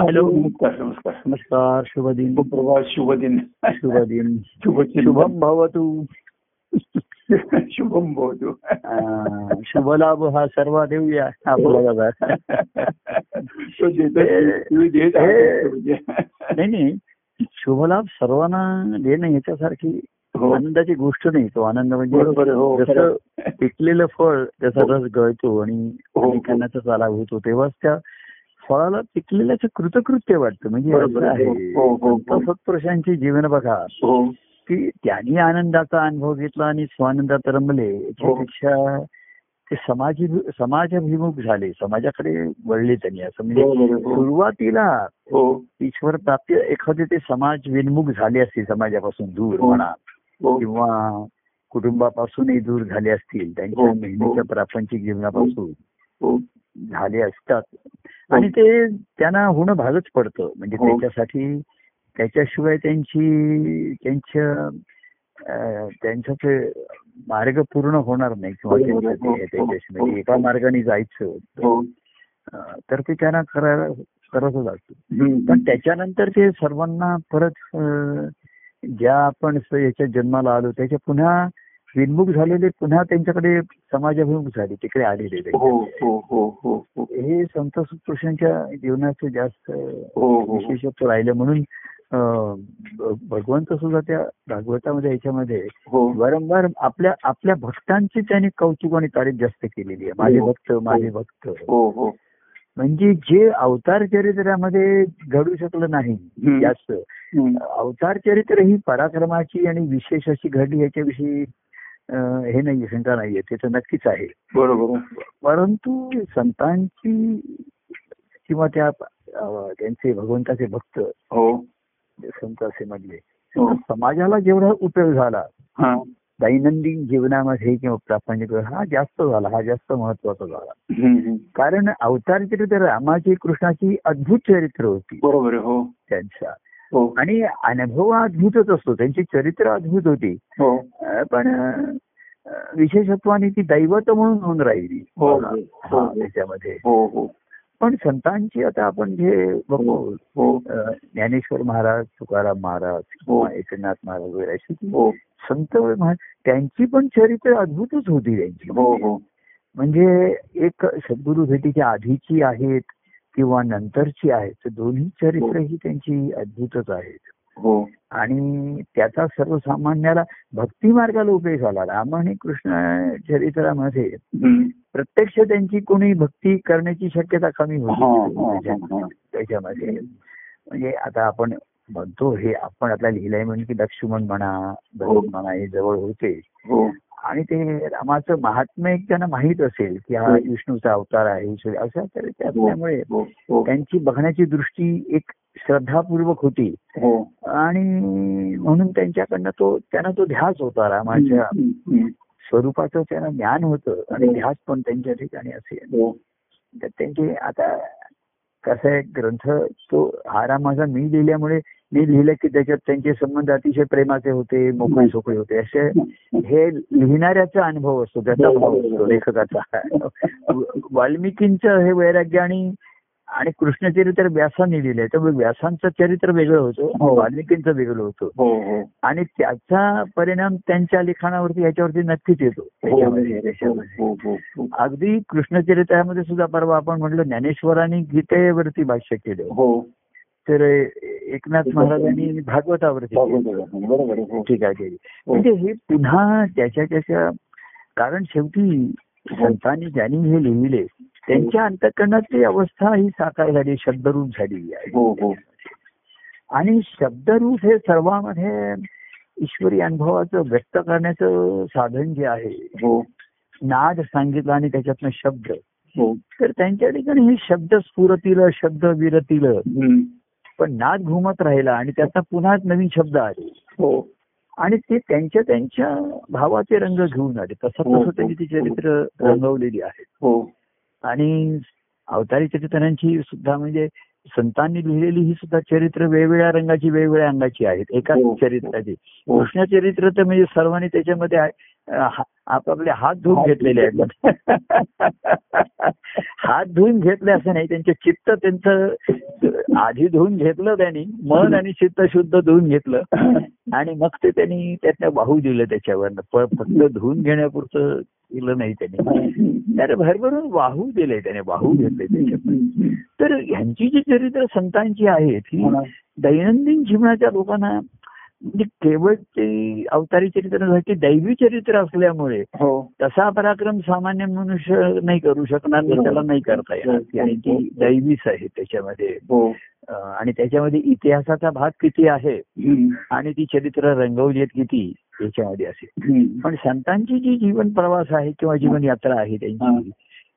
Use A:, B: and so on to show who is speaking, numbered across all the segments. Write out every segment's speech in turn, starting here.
A: Hello
B: नमस्कार नमस्कार
A: नमस्कार शुभ दिन
B: प्रभात शुभ दिन
A: शुभ दिन
B: शुभ
A: शुभम भवतु
B: शुभम भवतु
A: अं, शुभलाभ हा सर्व देऊया
B: हो.
A: आपल्याला बा.
B: तो देतो तुम्ही देत आहात म्हणजे.
A: नाही नाही शुभलाभ सर्वांना देणं ह्याच्यासारखी
B: हो
A: आनंदाची गोष्ट नाही तो आनंद म्हणजे
B: बरोबर आहे, हो
A: जसं
B: खरं.
A: पिकलेलं फळ त्याचा
B: हो.
A: रस गळतो आणि
B: हो, हो.
A: अनेकांनाचा चालाव होतो तेव्हाच त्या फळाला पिकलेल्याचं कृतकृत्य वाटतं म्हणजे
B: बरोबर
A: असं
B: आहे.
A: आहे
B: हो, हो, हो.
A: संत सत्पुरुषांची जीवन बघा
B: हो
A: की त्यांनी आनंदाचा अनुभव घेतला आणि स्वानंदात रमले याच्यापेक्षा ते समाजी समाजाभिमुख झाले समाजाकडे वळले त्यांनी असं म्हणजे
B: बरोबर आहे, हो.
A: सुरुवातीला
B: हो
A: ईश्वर प्राप्ती एखादे ते समाज विन्मुख झाले असतील समाजापासून दूर
B: हो.
A: म्हणा
B: हो
A: किंवा कुटुंबापासूनही दूर झाले असतील
B: हो,
A: त्यांच्या
B: हो.
A: मेहनतीच्या प्रापंचिक जीवनापासून
B: हो
A: झाले असतात आणि ते त्यांना होणं भागच पडतं म्हणजे
B: हो.
A: त्याच्यासाठी त्याच्याशिवाय त्यांची त्यांच्या अं, त्यांचा ते मार्ग पूर्ण होणार नाही किंवा
B: बरोबर आहे.
A: त्यांचं
B: हो,
A: ते-
B: हो,
A: त्याच्याशिवाय
B: हो.
A: म्हणजे एका मार्गाने जायचं
B: हो
A: अं, तर ते त्यांना करायला करतच असतो
B: हम्म.
A: पण त्याच्यानंतर ते सर्वांना परत अं, ज्या आपण स- याच्या जन्माला आलो त्याच्या पुन्हा विन्मुख झालेले पुन्हा त्यांच्याकडे समाजाभिमुख झाले तिकडे आलेले ते.
B: हो हो हो हो हो
A: हे संत सत्पुरुषांच्या जीवनाचं जास्त
B: हो हो
A: विशेषत्व राहिलं म्हणून अं, भ- भगवंत सुद्धा त्या भागवतामध्ये याच्यामध्ये
B: हो
A: वारंवार आपल्या आपल्या भक्तांची त्यांनी कौतुक आणि तारीफ जास्त केलेली आहे माझे भक्त माझे भक्त
B: हो हो
A: म्हणजे जे अवतार चरित्रामध्ये घडू शकलं नाही
B: हम्म.
A: जास्त
B: हम्म.
A: अवतार चरित्र ही पराक्रमाची आणि विशेष अशी घडली याच्याविषयी अं, हे नाही शंका नाहीये ते तर नक्कीच आहे
B: बरोबर आहे.
A: परंतु संतांची किंवा त्या अं, त्यांचे भगवंताचे भक्त
B: हो
A: संत असे म्हणले
B: हो
A: समाजाला जेवढा उपयोग झाला
B: हा
A: दैनंदिन जीवनामध्ये किंवा प्रापंचिक हा जास्त झाला हा जास्त महत्वाचा झाला
B: हम्म, हम्म.
A: कारण अवतार चरित्र रामाची कृष्णाची अद्भुत चरित्र होती
B: बरोबर आहे. हो
A: त्यांचा
B: हो
A: आणि अनुभव हा अद्भुतच असतो त्यांची चरित्र अद्भुत होती
B: हो
A: अं, पण अं, विशेषत्वाने ती दैवत म्हणून नोंद राहिली
B: हो,
A: हा,
B: हो,
A: हा,
B: हो.
A: त्याच्यामध्ये
B: हो हो
A: पण संतांची आता आपण जे बघू
B: हो
A: अं, ज्ञानेश्वर महाराज तुकाराम
B: हो.
A: महाराज किंवा एकनाथ महाराज वगैरे अशी ती
B: हो
A: संत महा- त्यांची पण चरित्र अद्भुतच होती त्यांची
B: हो हो
A: म्हणजे एक सद्गुरु भेटीच्या आधीची आहेत किंवा नंतरची आहेत तर दोन्ही चरित्र ही त्यांची अद्भुतच आहेत
B: हो
A: आणि त्याचा सर्वसामान्याला भक्ती मार्गाला उपयोग झाला राम आणि कृष्ण चरित्रामध्ये
B: हम्म.
A: प्रत्यक्ष त्यांची कोणी भक्ती करण्याची शक्यता कमी
B: हा, हा,
A: होती म्हणजे
B: हा, हा.
A: त्याच्यामध्ये म्हणजे आता आपण म्हणतो हे आपण आता लिहिलंय म्हणजे की लक्ष्मण म्हणा भरत म्हणा हे जवळ होते
B: हो
A: आणि ते रामाचं महात्म्य एक त्यांना माहीत असेल की हा
B: हो.
A: विष्णूचा अवतार आहे ईश्वर- असं तर ते असल्यामुळे
B: हो हो
A: त्यांची बघण्याची दृष्टी एक श्रद्धापूर्वक होती
B: हो
A: आणि म्हणून त्यांच्याकडनं तो त्यांना तो ध्यास होता रामाच्या
B: हम्म, हम्म.
A: स्वरूपाचं त्यांना ज्ञान होतं आणि
B: हो.
A: ध्यास पण त्यांच्या ठिकाणी असेल
B: हो
A: तर त्यांचे आता कसं आहे ग्रंथ तो हा रामाचा मी लिहिल्यामुळे मी लिहिलं की त्याच्यात त्यांचे संबंध अतिशय प्रेमाचे होते मोकळे सोकळे होते असे हे लिहिणाऱ्याचा अनुभव असतो त्याचा भाव असतो लेखकाचा वाल्मिकींचं हे वैराग्य आणि आणि कृष्णचरित्र व्यासांनी लिहिलंय त्यामुळे व्यासांचं चरित्र वेगळं होतं आणि वाल्मिकींचं वेगळं होतं
B: हो हो
A: आणि त्याचा परिणाम त्यांच्या लिखाणावरती याच्यावरती नक्कीच येतो त्याच्यामध्ये त्याच्यामध्ये
B: हो हो हो
A: अगदी कृष्णचरित्रामध्ये सुद्धा परवा आपण म्हटलं ज्ञानेश्वरांनी गीतेवरती भाष्य केलं
B: हो
A: तर एकनाथ महाराजांनी भागवतावरती केलं.
B: बरोबर आहे. बरोबर आहे. हो.
A: टीका केली म्हणजे हे पुन्हा त्याच्या त्याच्या कारण शेवटी
B: हो.
A: संतांनी ज्यांनी हे लिहिले त्यांच्या अंतकरणातली अवस्था ही साकार झाली शब्दरूप झालेली आहे
B: हो हो
A: आणि शब्दरूप हे सर्वांमध्ये ईश्वरी अनुभवाचं व्यक्त करण्याचं साधन जे आहे
B: हो
A: नाद सांगितला आणि त्याच्यातनं शब्द
B: हो
A: तर त्यांच्या ठिकाणी हे शब्द स्फुरतील शब्द विरतील
B: हम्म.
A: पण नाद घुमत राहिला आणि त्यातनं पुन्हा नवीन शब्द आले
B: हो
A: आणि ते त्यांच्या त्यांच्या भावाचे रंग घेऊन आले तसं
B: हो,
A: तसं त्यांनी ती
B: हो,
A: चरित्र
B: हो.
A: रंगवलेली आहेत
B: हो
A: आणि अवतारी चरित्रांची सुद्धा म्हणजे संतांनी लिहिलेली ही सुद्धा चरित्र वेगवेगळ्या रंगाची वेगवेगळ्या अंगाची आहेत एकाच
B: हो, हो.
A: चरित्राची
B: हो.
A: कृष्ण चरित्र तर म्हणजे सर्वांनी त्याच्यामध्ये आहे. हा- आपापले हात धुवून घेतलेले आहेत हात धुवून घेतले असं नाही त्यांचे चित्त त्यांचं आधी धुवून घेतलं त्यांनी मन आणि चित्त शुद्ध धुवून घेतलं आणि मग ते त्यांनी त्यातनं वाहू दिलं त्याच्यावर फक्त धुवून घेण्यापुरतं दिलं नाही त्यांनी तर भरभरून वाहू दिले त्याने वाहू घेतले त्याच्यावर तर ह्यांची जी चरित्र संतांची आहेत ही दैनंदिन जीवनाच्या लोकांना म्हणजे केवळ ते अवतारी चरित्रासाठी दैवी चरित्र असल्यामुळे
B: हो
A: तसा पराक्रम सामान्य मनुष्य नाही करू शकणार
B: हो.
A: आणि त्याला नाही करता येणार कारण की दैवीच आहे त्याच्यामध्ये
B: हो
A: अं, आणि त्याच्यामध्ये इतिहासाचा भाग किती आहे
B: हम्म.
A: आणि ती चरित्र रंगवली आहेत किती याच्यामध्ये असेल
B: हम्म.
A: पण संतांची जी जीवन प्रवास आहे किंवा जीवन यात्रा आहे त्यांची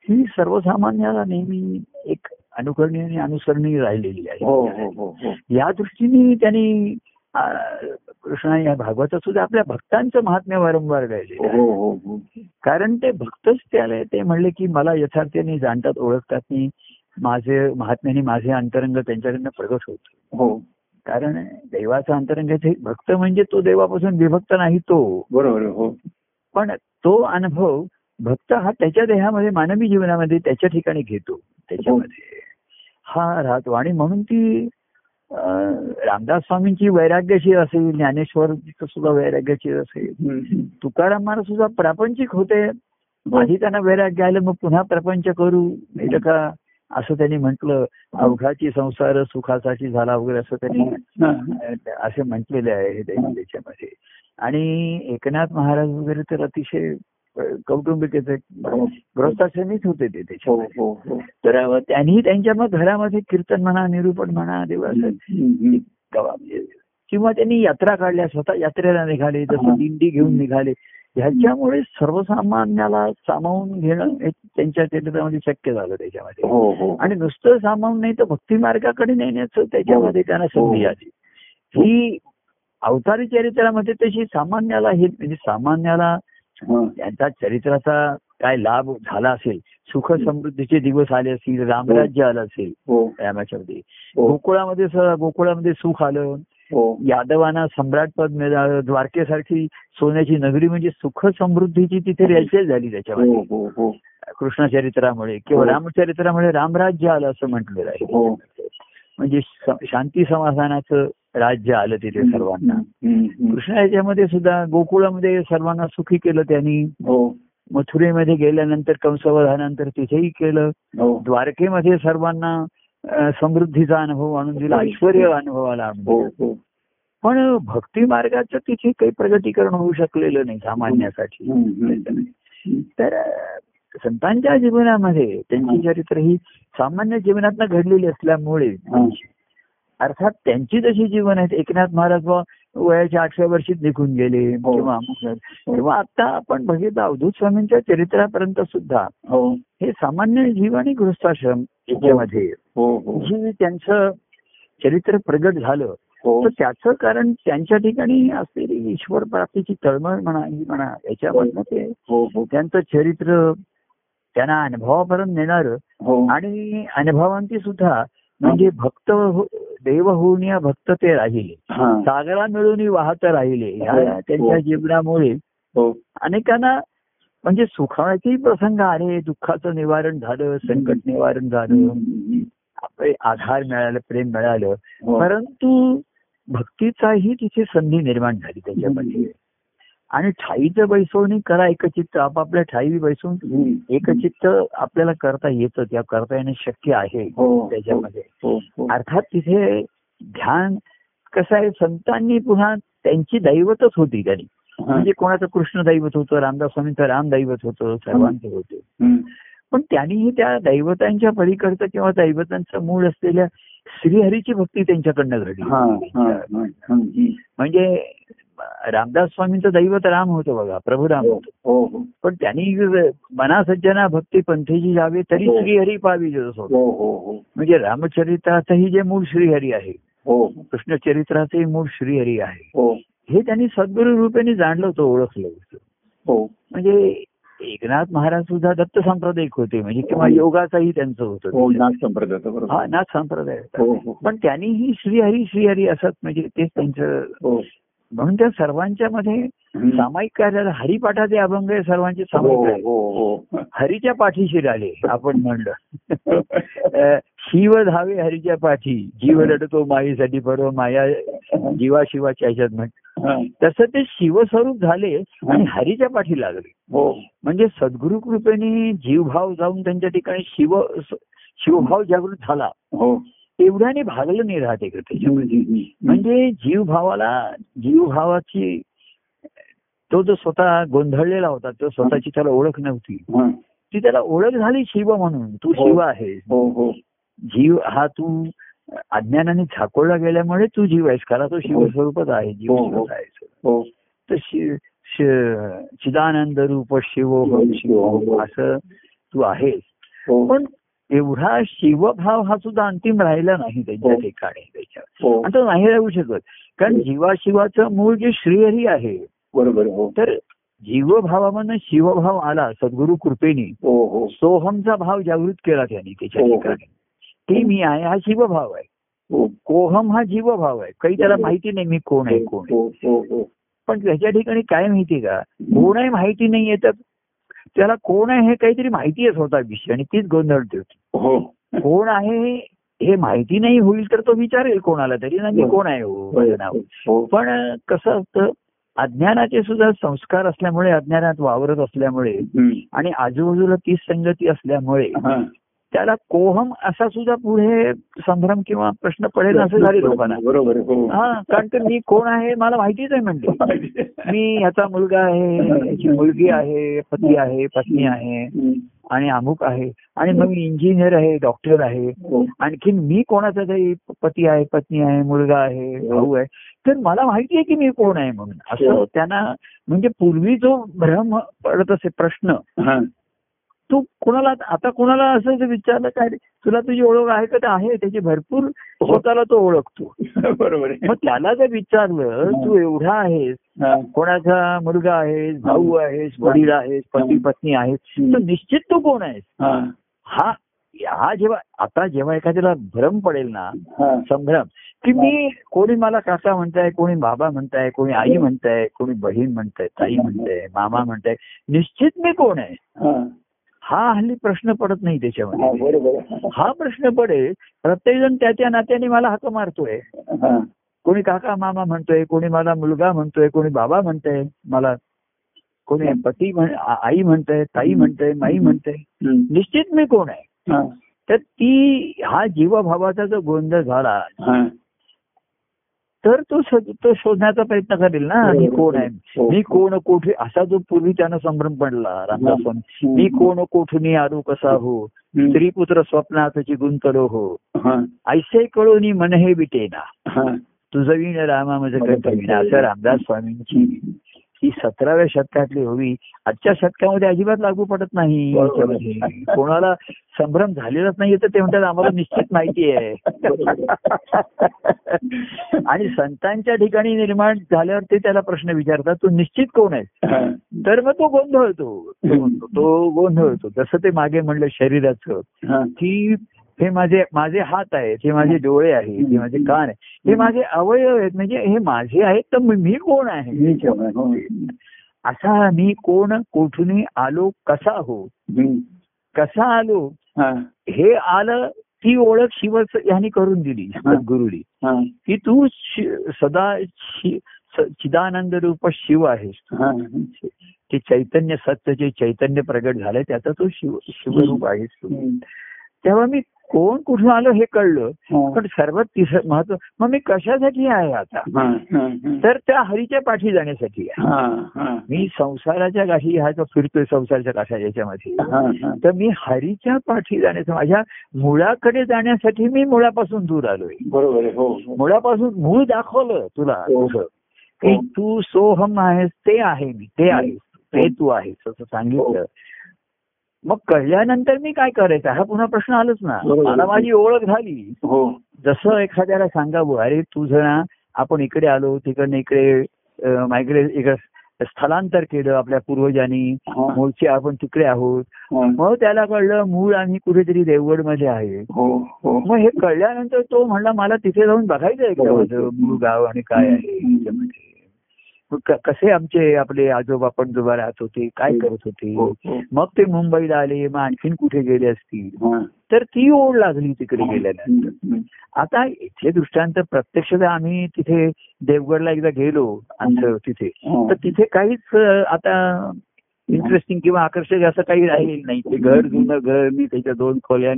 A: ही सर्वसामान्याला नेहमी एक अनुकरणीय आणि अनुसरणीय राहिलेली
B: हो
A: आहे
B: हो हो हो
A: या दृष्टीने त्यांनी आ, कृष्णा या भागवतात सुद्धा आपल्या भक्तांचं महात्म्य वारंवार गायलेलं आहे
B: हो हो हो
A: कारण ते भक्तच त्याला ते म्हणले की मला यथार्थाने जाणतात ओळखतात मी माझे महात्म्याने माझे अंतरंग त्यांच्याकडनं प्रगट होत
B: हो
A: कारण देवाचा अंतरंग हे भक्त म्हणजे तो देवापासून विभक्त नाही तो
B: बरोबर आहे, हो
A: पण तो अनुभव भक्त हा त्याच्या देहामध्ये मानवी जीवनामध्ये त्याच्या ठिकाणी घेतो त्याच्यामध्ये हा राहतो आणि म्हणून ती अं, रामदास स्वामींची वैराग्यशीर असेल ज्ञानेश्वरची सुद्धा वैराग्यशीर असेल
B: हम्म. हो.
A: तुकारामाला सुद्धा प्रापंचिक होते आधी त्यांना वैराग्य आलं मग पुन्हा प्रपंच करू नाही का असं त्यांनी म्हटलं अवघाची संसार सुखासाठी झाला वगैरे असं त्यांनी
B: हा.
A: असे म्हटलेले आहे त्यांनी त्याच्यामध्ये आणि एकनाथ महाराज वगैरे तर अतिशय अं, कौटुंबिक याचे
B: हो
A: गृहस्थाश्रमीच होते ते
B: हो
A: त्याच्यामध्ये
B: हो हो
A: तर अं, त्यांनी त्यांच्या मग घरामध्ये कीर्तन म्हणा निरूपण म्हणा
B: हो,
A: देवाचं
B: हम्म.
A: गावा- म्हणजे किंवा त्यांनी यात्रा काढल्या स्वतः यात्रेला निघाले जसं
B: हा.
A: दिंडी घेऊन निघाले ह्याच्यामुळे सर्वसामान्याला सामावून घेणं हे त्यांच्या चरित्रामध्ये शक्य झालं त्याच्यामध्ये
B: हो हो
A: आणि नुसतं सामावून नाही तर भक्ती मार्गाकडे नेण्याचं त्याच्यामध्ये
B: हो.
A: त्यांना संधी आली ही अवतारी चरित्रामध्ये तशी सामान्याला हे म्हणजे सामान्याला
B: हा.
A: त्यांचा चरित्राचा काय लाभ झाला असेल सुख समृद्धीचे दिवस आले असतील रामराज्य आलं असेल
B: हो
A: रामाच्यामध्ये
B: हो
A: गोकुळामध्ये स- गोकुळामध्ये सुख आलं
B: हो
A: यादवांना सम्राट पद मिळालं द्वारकेसारखी सोन्याची नगरी म्हणजे सुख समृद्धीची तिथे रेलचेल झाली त्याच्यामध्ये
B: हो हो हो
A: कृष्ण चरित्रामुळे किंवा
B: हो.
A: रामचरित्रामुळे रामराज्य आलं असं म्हटलेलं आहे
B: हो.
A: म्हणजे श- शांती समाधानाचं राज्य आलं तिथे सर्वांना
B: हम्म, हम्म.
A: कृष्ण याच्यामध्ये सुद्धा गोकुळामध्ये सर्वांना सुखी केलं त्यांनी
B: हो
A: मथुरेमध्ये गेल्यानंतर कंसवधानानंतर तिथेही केलं
B: हो
A: द्वारकेमध्ये सर्वांना अं, समृद्धीचा अनुभव आणून दिला ऐश्वर अनुभवाला आणून
B: हो
A: दिलं.
B: हो
A: पण भक्ती मार्गाचं तिथे काही प्रगतीकरण होऊ शकलेलं नाही सामान्यासाठी
B: हम्म, हम्म.
A: तर अं, संतांच्या जीवनामध्ये त्यांची चरित्र ही सामान्य जीवनातनं घडलेली असल्यामुळे
B: हा.
A: अर्थात त्यांची जशी जीवन आहेत एकनाथ महाराज बुवा वयाच्या आठव्या वर्षीत निघून गेले
B: हो.
A: किंवा अमुक झाले. किंवा आता आपण बघितलं अवधूत स्वामींच्या चरित्रापर्यंत सुद्धा
B: हो
A: हे सामान्य जीव आणि गृहस्थाश्रम याच्यामध्ये
B: हो हो
A: जे त्यांचं चरित्र प्रगट झालं
B: हो
A: तर त्याचं कारण त्यांच्या ठिकाणी असलेली ईश्वर प्राप्तीची तळमळ म्हणा ही म्हणा याच्यामधनं ते
B: हो हो
A: त्यांचं चरित्र त्यांना अनुभवापर्यंत नेणारं
B: हो
A: आणि अनुभवांती सुद्धा म्हणजे भक्त हो- देव होऊन या भक्त ते राहिले
B: हा
A: सागरा मिळून वाहत राहिले ह्या
B: हो.
A: त्यांच्या जीवनामुळे
B: हो
A: अनेकांना म्हणजे सुखाचेही प्रसंग आले दुःखाचं निवारण झालं संकट निवारण झालं
B: हम्म,
A: आपले आधार मिळालं प्रेम मिळालं
B: हो.
A: परंतु भक्तीचाही तिथे संधी निर्माण झाली त्याच्यामध्ये आणि ठाईचं बैसवणी करा एकचित्त आपापल्या ठाई बैसून
B: हम्म.
A: एकचित्त आपल्याला करता येतं त्या करता येणं शक्य आहे
B: हो
A: त्याच्यामध्ये
B: हो हो
A: अर्थात तिथे ध्यान कसं आहे संतांनी पुन्हा त्यांची दैवतच होती त्यांनी
B: हा.
A: म्हणजे कोणाचं कृष्ण दैवत होतं रामदास स्वामींचं राम दैवत होतं सर्वांचं होतं
B: हम्म.
A: पण त्यांनीही त्या दैवतांच्या पलीकडचं किंवा दैवतांचं मूळ असलेल्या श्रीहरीची भक्ती त्यांच्याकडनं
B: हा हा
A: घडली
B: हा. हम्म.
A: म्हणजे रामदास स्वामींचं दैवत राम होतं बघा प्रभू राम
B: हो
A: होतं
B: हो
A: पण त्यांनी मना सज्जना भक्ती पंथीची जावे तरी
B: हो.
A: श्रीहरी पावी जसं होतं.
B: हो हो हो
A: म्हणजे रामचरित्राचंही जे मूळ श्रीहरी आहे
B: हो
A: कृष्णचरित्राचंही मूळ श्रीहरी आहे
B: हो
A: हे त्यांनी सद्गुरु रूपेने जाणलं होतं ओळखलं होतं
B: हो
A: म्हणजे एकनाथ महाराज सुद्धा दत्त सांप्रदायिक होते म्हणजे किंवा योगाचाही त्यांचं
B: हो
A: होतं
B: नाच संप्रदाय होता, बरोबर
A: हा नाथ संप्रदाय होता.
B: हो हो
A: पण त्यांनीही श्रीहरी श्रीहरी असत म्हणजे तेच त्यांचं
B: हो
A: म्हणून त्या सर्वांच्या मध्ये सामायिक कार्याला हरिपाठाचे अभंग हे सर्वांचे
B: हो,
A: सामायिक आहे. हरीच्या पाठीशी राहिले आपण म्हणलं अं, शिव धावे हरीच्या पाठी जीव रडतो माईसाठी बरोबर माया जीवा शिवाच्या ह्याच्यात म्हण तसं ते शिवस्वरूप झाले आणि हरीच्या पाठी लागले म्हणजे सद्गुरु कृपेने जीवभाव जाऊन त्यांच्या ठिकाणी शिव शिवभाव जागृत झाला एवढ्याने भागलं नाही राहते म्हणजे जीवभावाला जीवभावाची तो जो स्वतः गोंधळलेला होता तो स्वतःची त्याला ओळख नव्हती ती त्याला ओळख झाली शिव म्हणून तू
B: हो.
A: शिव आहेस जीव हा तू अज्ञानाने झाकोळला गेल्यामुळे तू जीव आहेस खरा तो शिव
B: हो.
A: स्वरूपच आहे जीव
B: हो, हो.
A: स्वरूपच आहेस तर शि- शि- चिदानंद रूप शिव
B: हो.
A: असं तू आहेस पण एवढा शिवभाव हा सुद्धा अंतिम राहिला नाही त्यांच्या
B: हो.
A: ठिकाणी त्याच्यावर आणि तो नाही राहू शकत कारण
B: हो.
A: जीवाशिवाचं मूळ जे श्रीहरी आहे
B: बरोबर हो
A: तर जीवभावामधनं शिवभाव आला सद्गुरु कृपेने
B: हो हो
A: सोहमचा भाव जागृत केला त्यांनी त्याच्या
B: हो, हो.
A: ठिकाणी ते मी आहे हा शिवभाव आहे
B: हो
A: कोहम हा जीवभाव आहे काही त्याला
B: हो.
A: माहिती नाही मी कोण आहे कोण आहे
B: हो हो हो
A: पण त्याच्या ठिकाणी काय माहिती का कोण आहे माहिती नाही आहे तर त्याला कोण आहे हे काहीतरी माहितीच होता विषय आणि तीच गोंधळते होती
B: हो
A: कोण आहे हे माहिती नाही होईल तर तो विचारेल कोणाला तरी ना मी
B: हो.
A: कोण आहे हो माझं नाव
B: हो
A: पण कसं असतं अज्ञानाचे सुद्धा संस्कार असल्यामुळे अज्ञानात वावरत असल्यामुळे आणि आजूबाजूला तीच संगती असल्यामुळे त्याला कोहम असा सुद्धा पुढे संभ्रम किंवा प्रश्न पडेल असं झाले लोकांना
B: बरोबर हो
A: हा कारण तर मी कोण आहे मला माहितीच आहे म्हणते मी ह्याचा मुलगा आहे याची मुलगी आहे पती आहे पत्नी आहे आणि अमुक आहे आणि मग मी इंजिनियर आहे डॉक्टर आहे
B: हो.
A: आणखीन मी कोणाचा तरी पती आहे पत्नी आहे मुलगा आहे भाऊ आहे तर मला माहिती आहे की मी कोण आहे म्हणून असं
B: हो.
A: त्यांना म्हणजे पूर्वी जो भ्रम पडत असे प्रश्न
B: हा
A: तू कोणाला आता कोणाला असं जर विचारलं काय रे, तुला तुझी ओळख आहे का तर आहे त्याची भरपूर स्वतःला तो ओळखतो
B: बरोबर आहे.
A: मग त्याला जर विचारलं तू एवढा आहेस
B: हा.
A: कोणाचा मुलगा आहेस भाऊ आहेस वडील आहेस पती पत्नी आहेस तर निश्चित तू कोण आहेस
B: हा.
A: हा हा जेव्हा आता जेव्हा एखाद्याला भ्रम पडेल ना
B: हा.
A: संभ्रम की मी कोणी मला काका म्हणताय कोणी बाबा म्हणताय कोणी आई म्हणताय कोणी बहीण म्हणताय ताई म्हणताय मामा म्हणताय निश्चित मी कोण आहे
B: हा.
A: हा हल्ली प्रश्न पडत नाही
B: हा,
A: त्याच्यामध्ये
B: बरोबर आहे.
A: हा प्रश्न पडेल प्रत्येक जण त्या त्या नात्याने मला हाक मारतोय
B: हा.
A: कोणी काका मामा म्हणतोय कोणी मला मुलगा म्हणतोय कोणी बाबा म्हणतोय मला कोणी पती म्हण- आ- आई म्हणतोय ताई म्हणतोय माई म्हणतोय
B: हम्म.
A: निश्चित मी कोण आहे
B: हा.
A: तर ती हा जीवभावाचा जो गोंधळ झाला
B: हा.
A: तर तो शोध- तो शोधण्याचा प्रयत्न करेल ना मी कोण आहे
B: हो.
A: मी कोण कोठे असा जो पूर्वी त्यानं संभ्रम पडला रामदास स्वामी मी कोण कोठून आलो कसा हो
B: हम्म.
A: स्त्री पुत्र स्वप्नातची गुंतलो हो
B: हा.
A: ऐसे कळोनी मन हे विटेना
B: हा.
A: तुझं विण रामा माझं कंठ विणा असं रामदास स्वामींची ही सतराव्या शतकातली होवी आजच्या शतकामध्ये अजिबात लागू पडत नाही
B: बरोबर.
A: याच्यामध्ये. कोणाला संभ्रम झालेलाच नाहीये तर ते म्हणतात आम्हाला निश्चित माहिती आहे आणि संतांच्या ठिकाणी निर्माण झाल्यावर ते त्याला प्रश्न विचारतात तू निश्चित कोण आहे
B: हा.
A: तर मग तो गोंधळतो तो गोंधळ- तो गोंधळतो जसं ते मागे म्हणलं शरीराचं
B: हा.
A: की हे माझे माझे हात आहेत हे माझे डोळे आहेत हे माझे कान आहेत हे माझे अवयव आहेत म्हणजे हे माझे आहेत तर मी मी कोण आहे
B: मी कोण आहे? हो.
A: असा मी कोण कोठून आलो कसा हो
B: हम्म.
A: कसा आलो
B: हा.
A: हे आलं ती ओळख शिव यांनी करून दिली सद्गुरुनी
B: हा.
A: की तू शि- सदा शि- स- चिदानंद रूप शिव आहेस
B: हा.
A: ते चैतन्य सत्य जे चैतन्य प्रगट झालंय त्याचा तो शिव शिवरूप आहेस तू
B: हम्म.
A: तेव्हा मी कोण कुठून आलो हे कळलं
B: हा.
A: पण सर्वात तिसरं महत्व मग मी कशासाठी आहे आता
B: हा. हा. हा.
A: तर त्या हरीच्या पाठी जाण्यासाठी आहे
B: हा. हा.
A: मी संसाराच्या गाठी ह्या जो फिरतोय संसाराच्या काठा याच्यामध्ये
B: हा. हा.
A: तर मी हरीच्या पाठी जाण्याचं माझ्या मुळाकडे जाण्यासाठी मी मुळापासून दूर आलोय
B: बरोबर आहे. हो हो.
A: मुळापासून मूळ दाखवलं तुला
B: हो.
A: तुझं की
B: हो.
A: तू सोहम आहेस ते आहे मी ते आहेस ते तू आहेस असं
B: हो.
A: सांगितलं मग कळल्यानंतर मी काय करायचं हा पुन्हा प्रश्न आलाच ना
B: बरोबर.
A: मला माझी ओळख झाली
B: हो
A: जसं एखाद्याला सांगावं अरे तुझं ना आपण इकडे आलो तिकडनं इकडे मायग्रेट इकडे स्थलांतर केलं आपल्या पूर्वजांनी
B: हा.
A: मूळचे आपण तिकडे आहोत
B: हा.
A: मग त्याला कळलं मूळ आम्ही कुठेतरी देवगडमध्ये आहे
B: हो हो
A: मग हे कळल्यानंतर तो म्हणला मला तिथे जाऊन बघायचं आहे म्हणजे
B: बरोबर.
A: मूळ गाव आणि काय आहे म्हणजे
B: हम्म.
A: मग क- कसे आमचे आपले आजोबा पणजोबा राहत होते काय करत
B: हो,
A: होते
B: हो.
A: मग ते मुंबईला आले मग आणखीन कुठे गेले असतील
B: हा.
A: तर ती ओढ लागली तिकडे
B: हो.
A: गेल्यानंतर
B: हम्म, हम्म.
A: आता इथले दृष्टांत प्रत्यक्षतः आम्ही तिथे देवगडला एकदा गेलो आमचं तिथे
B: हा.
A: तर तिथे काहीच अं, आता इंटरेस्टिंग किंवा आकर्षक असं काही राहील नाही ते घर जुनं घर मी त्याच्या दोन खोल्या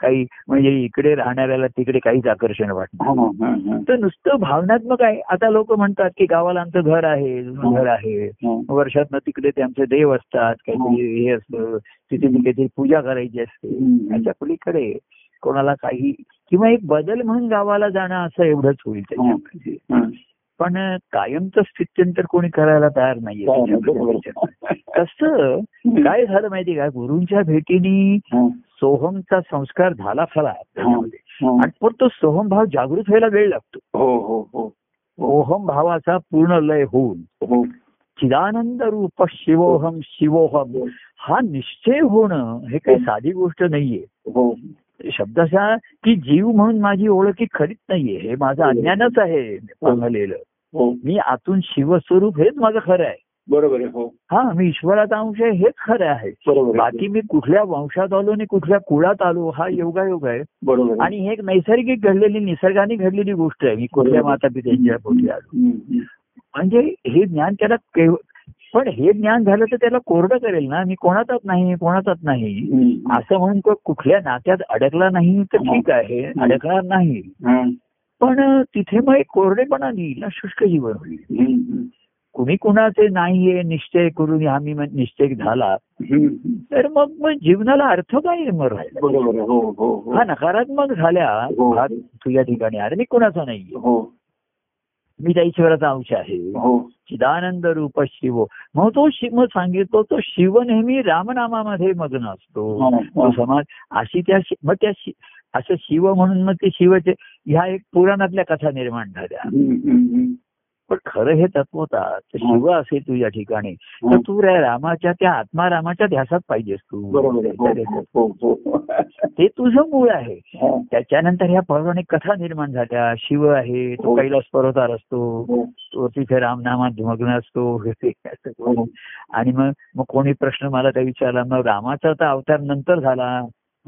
A: काही म्हणजे इकडे राहणाऱ्याला तिकडे काहीच आकर्षण वाटत
B: हा, हा, हा.
A: तर नुसतं भावनात्मक आहे आता लोक म्हणतात की गावाला आमचं घर आहे
B: हो.
A: जुनं घर आहे
B: हा.
A: वर्षातनं तिकडे ते आमचे देव असतात काहीतरी हे असतं तिथे ती काहीतरी पूजा करायची असते
B: हो. हम्म.
A: याच्या पलीकडे कोणाला काही किंवा एक बदल म्हणून गावाला जाणं असं एवढंच होईल
B: हो.
A: त्याच्यामध्ये
B: हा.
A: पण कायमचं स्थित्यंतर कोणी करायला तयार नाहीये त्याच्याबद्दल
B: हो, बरोबर.
A: विचार. कसं काय झालं माहिती का गुरुंच्या भेटीने
B: हा,
A: सोहमचा संस्कार झाला खरा
B: हो.
A: त्याच्यामध्ये
B: हा.
A: आणि पण तो सोहम भाव जागृत व्हायला वेळ लागतो
B: हो हो हो
A: सोहम भावाचा पूर्ण लय होऊन
B: हो
A: चिदानंद रूप शिवोहम शिवोहम हा निश्चय होणं हे काही साधी गोष्ट नाहीये
B: हो
A: शब्दशः की जीव म्हणून माझी ओळख ही खरीच नाहीये हे माझं अज्ञानच आहे सांगलेलं
B: हो
A: मी आतून शिवस्वरूप हेच माझं खरं आहे
B: बरोबर आहे हो
A: हा मी ईश्वराचा अंश आहे हेच खरं आहे
B: बरोबर आहे.
A: बाकी मी कुठल्या वंशात आलो आणि कुठल्या कुळात आलो हा योगायोग आहे
B: बरोबर आहे.
A: आणि हे एक नैसर्गिक घडलेली निसर्गाने घडलेली गोष्ट आहे मी कुठल्या माता पित्यांच्या पोटी आलो
B: हम्म,
A: म्हणजे हे ज्ञान त्याला केव- पण हे ज्ञान झालं तर त्याला कोरडं करेल ना मी कोणाचाच नाही कोणाचाच नाही
B: हम्म.
A: असं म्हणून तो कुठल्या नात्यात अडकला नाही तर ठीक आहे अडकणार नाही
B: हा.
A: पण तिथे मग एक कोरडेपणा येईल ना शुष्क जीवन होईल
B: हम्म,
A: कुणी कुणाचे नाहीये निश्चय करून आम्ही निश्चय झाला
B: हम्म.
A: तर मग मग जीवनाला अर्थ काय मग राहिला
B: बरोबर आहे. हो हो हो
A: हा नकारात्मक झाल्या
B: हो.
A: भाग तुझ्या ठिकाणी अरे मी कोणाचा नाहीये
B: हो
A: मी त्या ईश्वराचा अंश आहे
B: हो
A: चिदानंद रूप शिव मग तो शिव मग सांगितलं तो शिव नेहमी रामनामामध्ये मग्न असतो
B: हा,
A: तो
B: हा.
A: समाज अशी त्या शि- मग त्या शि- असं शिव म्हणून मग ते शिवचे ह्या एक पुराणातल्या कथा निर्माण झाल्या
B: हम्म, हम्म,
A: पण खरं हे तत्व तर
B: हो.
A: शिव असे तुझ्या ठिकाणी तर
B: हम्म.
A: तू रा- रामाच्या त्या आत्मा रामाच्या ध्यासात पाहिजेस
B: बरोबर आहे.
A: तू
B: हो हो हो
A: ते तुझं मूळ आहे
B: हा.
A: त्याच्यानंतर ह्या पौराणिक कथा निर्माण झाल्या शिव आहे तो
B: हो.
A: कैलास पर्वतावर असतो
B: हो.
A: तो तिथे रामनामात मग्न असतो हे असं
B: हो.
A: करून. आणि मग मग कोणी प्रश्न मला त्या विचारला मग रामाचा तर अवतार नंतर झाला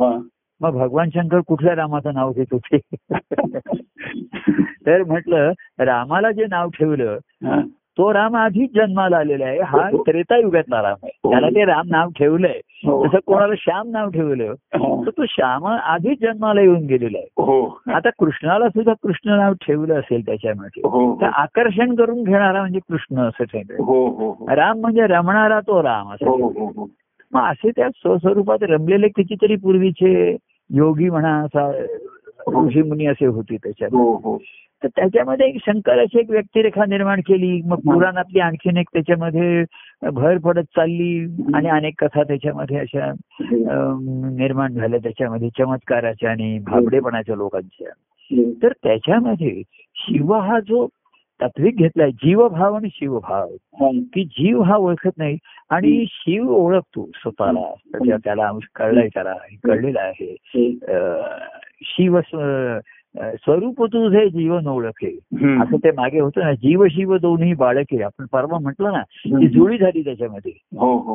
B: हा.
A: मग भगवान शंकर कुठल्या रामाचं नाव घेत होते तर म्हटलं रामाला जे नाव ठेवलं
B: हा.
A: तो राम आधीच जन्माला आलेला आहे हा
B: हो.
A: त्रेतायुगातला राम आहे त्याला ते राम नाव ठेवलंय
B: हो.
A: जसं कोणाला श्याम नाव ठेवलं तर
B: हा.
A: तो श्याम आधीच जन्माला येऊन गेलेला आहे
B: हो
A: आता कृष्णाला सुद्धा कृष्ण नाव ठेवलं असेल त्याच्यामध्ये
B: हो
A: तर आकर्षण करून घेणारा म्हणजे कृष्ण असं ठेवलं
B: हो हो हो
A: राम म्हणजे रमणारा तो राम असं
B: हो
A: ठेवलं.
B: हो हो
A: मग असे त्या स्वस्वरूपात रमलेले कितीतरी पूर्वीचे योगी म्हणा असा ऋषी मुनी असे होते त्याच्यात
B: हो हो
A: तर त्याच्यामध्ये एक शंकराची एक व्यक्तिरेखा निर्माण केली मग पुराणातली आणखीन एक त्याच्यामध्ये भर पडत चालली आणि अनेक कथा त्याच्यामध्ये अशा अम, निर्माण झाल्या त्याच्यामध्ये चमत्काराच्या आणि भाबडेपणाच्या लोकांच्या तर त्याच्यामध्ये शिव हा जो तात्विक घेतलाय जीवभाव आणि शिवभाव की जीव हा ओळखत नाही आणि शिव ओळखतो स्वतःला त्याच्या- त्याला अंश कळलाय त्याला हे कळलेलं आहे अं, शिव स्व- अं, स्वरूप तुझे जीवन ओळखे
B: हम्म.
A: असं ते मागे होतं ना जीव शिव दोन्ही बाळके आपण परवा म्हटलं ना
B: हम्म.
A: ती जुळी झाली त्याच्यामध्ये
B: हो हो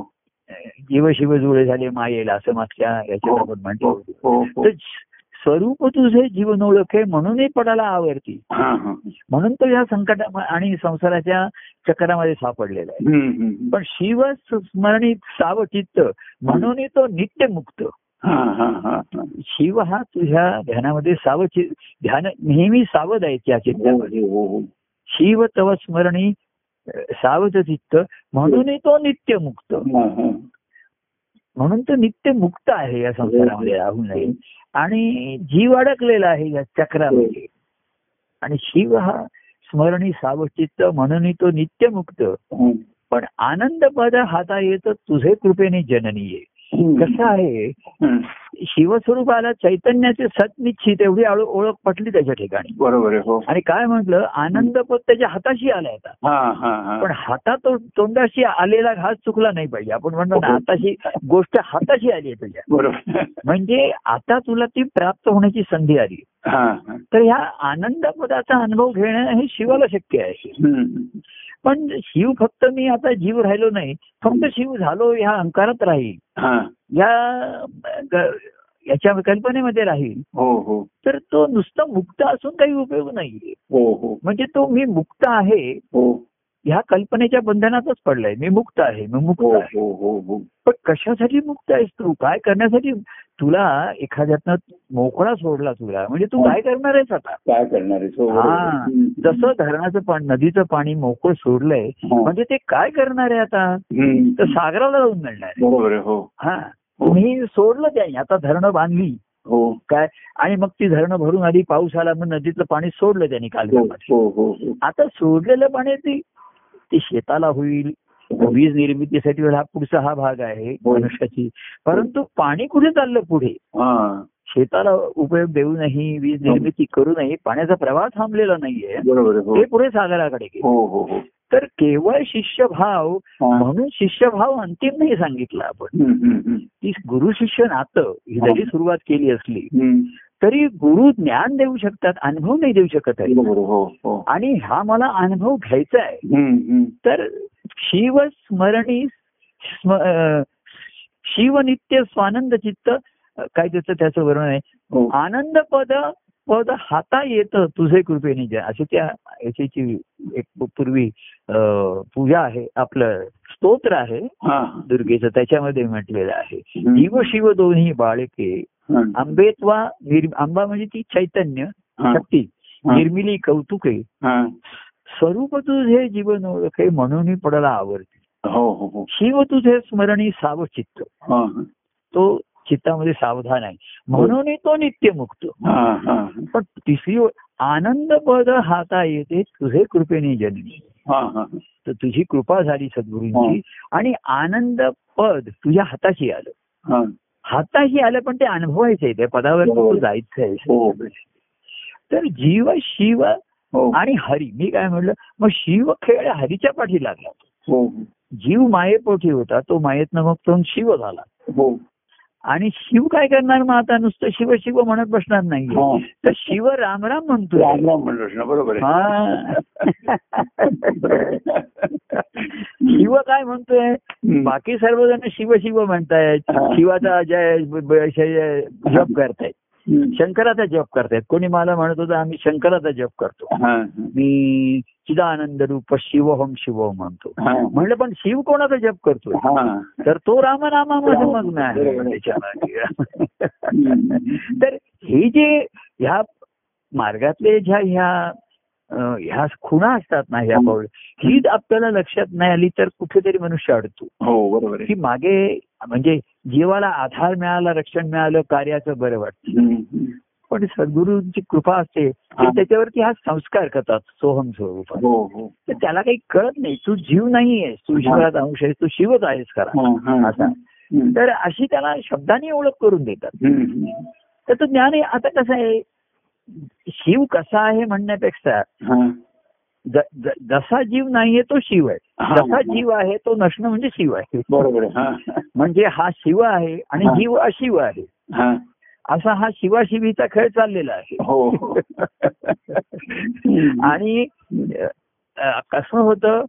A: अं, जीव शिव जुळे झाले मायेला असं मागच्या याच्यात आपण म्हटलं
B: हो
A: होतं.
B: हो हो
A: तर स्वरूप तुझे जीवन ओळखे म्हणूनही पडाला आवडती
B: हा हा
A: म्हणून तो या संकटा आणि संसाराच्या चक्रामध्ये सापडलेला आहे
B: हम्म, हम्म.
A: पण शिव स्मरणित सावचित्त म्हणून तो नित्यमुक्त
B: हा हा हा हा.
A: शिव हा तुझ्या ध्यानामध्ये सावचित ध्यान नेहमी सावध आहे त्या चित्तामध्ये
B: हो, हो.
A: शिव तव स्मरणी अ, सावध चित्त म्हणून तो नित्यमुक्त
B: हा, हा.
A: म्हणून तो नित्य मुक्त आहे या संसारामध्ये राहून आहे आणि जीव अडकलेला आहे या चक्रामध्ये आणि शिव हा स्मरणी सावचित्त म्हणून तो नित्यमुक्त
B: हम्म.
A: पण आनंद पद हाता येत तुझे कृपेने जननीये कसं आहे
B: हम्म.
A: शिवस्वरूपाला चैतन्याचे सतनिश्चित एवढी आळो- ओळख पटली त्याच्या ठिकाणी
B: बरोबर आहे हो
A: आणि काय म्हटलं आनंद पद त्याच्या हाताशी आला आता
B: हा हा हा
A: पण हातात तोंडाशी आलेला घास चुकला नाही पाहिजे आपण म्हणतो ना हाताशी गोष्ट हाताशी आली आहे तुझ्या
B: बरोबर
A: म्हणजे आता तुला ती प्राप्त होण्याची संधी आली
B: हा हा
A: तर ह्या आनंद पदाचा अनुभव घेणं हे शिवाला शक्य आहे
B: हम्म.
A: पण शिव फक्त मी आता जीव राहिलो नाही फक्त शिव झालो ह्या अंकारात राहील
B: हा
A: या ग- याच्या कल्पनेमध्ये राहील
B: हो हो
A: तर तो नुसता मुक्त असून काही उपयोग नाहीये
B: हो हो
A: म्हणजे तो मी मुक्त आहे
B: हो
A: ह्या कल्पनेच्या बंधनातच पडलाय मी मुक्त आहे मी मुक्त
B: हो
A: आहे
B: हो हो हो
A: पण कशासाठी मुक्त आहेस तू काय करण्यासाठी तुला एखाद्यातनं मोकळा सोडला तुला म्हणजे
B: हो.
A: तू काय करणार आहेस आता
B: काय करणार आहेस? हो, बरोबर.
A: हा.
B: हम्म.
A: जसं धरणाचं पाणी नदीचं पाणी मोकळं सोडलंय
B: हा. म्हणजे
A: म्हणजे ते काय करणार आहे आता
B: हम्म.
A: तर सागराला जाऊन मिळणार आहे
B: बरोबर आहे हो
A: हा तुम्ही सोडलं त्याने आता धरणं बांधली
B: हो
A: काय आणि मग ती धरणं भरून आली पाऊस आला मग नदीतलं पाणी सोडलं त्यांनी काल
B: हो हो हो हो.
A: आता सोडलेलं पाणी ती ते शेताला होईल वीज निर्मितीसाठी हा पुढचा हा भाग आहे
B: हो.
A: मनुष्याची परंतु पाणी कुठे चाललं पुढे
B: हा
A: शेताला उपयोग देऊनही वीज निर्मिती करूनही पाण्याचा प्रवाह थांबलेला नाहीये
B: बरोबर आहे
A: ते
B: हो. हो
A: पुढे सागराकडे गेले
B: हो हो हो
A: तर केवळ शिष्यभाव
B: हा.
A: म्हणून शिष्यभाव अंतिम नाही सांगितला आपण
B: हम्म, हम्म, हम्म.
A: ती गुरु शिष्य नातं ही
B: हा.
A: जरी सुरुवात केली असली
B: हम्म.
A: तरी गुरु ज्ञान देऊ शकतात अनुभव नाही देऊ शकत आहे
B: बरोबर आहे, हो हो
A: आणि हा मला अनुभव घ्यायचा आहे
B: हम्म, हम्म.
A: तर शिवस्मरणी स्म- अं, शिवनित्य स्वानंद चित्त अं, काय त्याचं त्याचं वर्णन आहे
B: हो
A: आनंद पद पद हाता येतं तुझे कृपेने जय. अशी त्या याची एक पूर्वी अं, पूजा आहे आपलं स्तोत्र आहे
B: हा
A: दुर्गेचं त्याच्यामध्ये म्हटलेलं आहे
B: हम्म.
A: शिव शिव दोन्ही बाळके
B: हा.
A: आंबेत्वा निर्म आंबा म्हणजे ती चैतन्य
B: हा.
A: शक्ती
B: हा.
A: निर्मिली कौतुके
B: हा.
A: स्वरूप तुझे जीवन ओळखे म्हणून पडला आवडते
B: हो हो हो
A: शिव तुझे स्मरणी साव चित्त
B: हा
A: तो चित्तामध्ये सावधान आहे म्हणून तो नित्य मुक्त
B: हा हा
A: पण तिसरी ओळ, आनंद पद हाता येते तुझे कृपेने जननी
B: हा हा
A: तर तुझी कृपा झाली सद्गुरूंची आणि आनंद पद तुझ्या हाताशी आलं
B: हा
A: हाताशी आलं पण ते अनुभवायचं आहे त्या पदावर
B: बरोबर.
A: तू जायचं आहे
B: हो
A: तर जीव शिव
B: हो
A: आणि हरी मी काय म्हटलं मग शिव खेळ हरीच्या पाठी लागला
B: हो
A: जीव मायेपोटी होता तो मायेतनं मग तो शिव झाला
B: हो
A: आणि शिव काय करणार मग आता नुसतं शिव शिव म्हणत बसणार नाही
B: हा
A: तर शिव राम राम म्हणतो
B: हो. राम राम म्हणलोस ना बरोबर आहे
A: शिव काय म्हणतोय बाकी सर्वजण शिव शिव म्हणतायत
B: हा.
A: शिवाचा जय ब- ब- जय- जप करतायत शंकराचा जप करतायत कोणी मला म्हणत होतं आम्ही शंकराचा जप करतो
B: हा
A: मी चिदानंद रूप शिवहम शिवहम म्हणतो
B: हा
A: म्हणलं पण शिव कोणाचा जप करतोय
B: हा
A: तर तो रामनामामध्ये
B: राम.
A: मग्न आहे
B: बरोबर.
A: त्याच्यामध्ये. तर हे जे ह्या मार्गातले ज्या ह्या अं, ह्या खुणा असतात ना ह्या
B: हं.
A: पाऊल ही आपल्याला लक्षात नाही आली तर कुठेतरी मनुष्य अडतो
B: हो बरोबर आहे
A: की मागे म्हणजे जीवाला आधार मिळाला रक्षण मिळालं कार्याचं बरं वाटतं
B: हम्म.
A: पण सद्गुरूंची कृपा असते ते
B: हा.
A: त्याच्यावरती हा संस्कार करतात सोहम स्वरूपात
B: हो हो
A: तर त्याला काही कळत नाही तू जीव नाहीये तू ईश्वराचा अंश आहेस तू शिवच आहेस खरा
B: हा, हा.
A: असा.
B: हम्म.
A: तर अशी त्याला शब्दाने ओळख करून देतात
B: हम्म.
A: तर तो ज्ञान आहे. आता कसं आहे शिव कसा आहे म्हणण्यापेक्षा
B: हा.
A: ज- ज- जसा जीव नाहीये तो शिव आहे
B: हा.
A: जसा जीव आहे तो नसणं म्हणजे शिव आहे
B: बरोबर आहे हा
A: म्हणजे हा शिव आहे आणि
B: हा.
A: जीव अशिव आहे
B: हा
A: असा हा शिवाशिवीचा खेळ चाललेला आहे
B: हो हो हम्म.
A: आणि अ, कसं होतं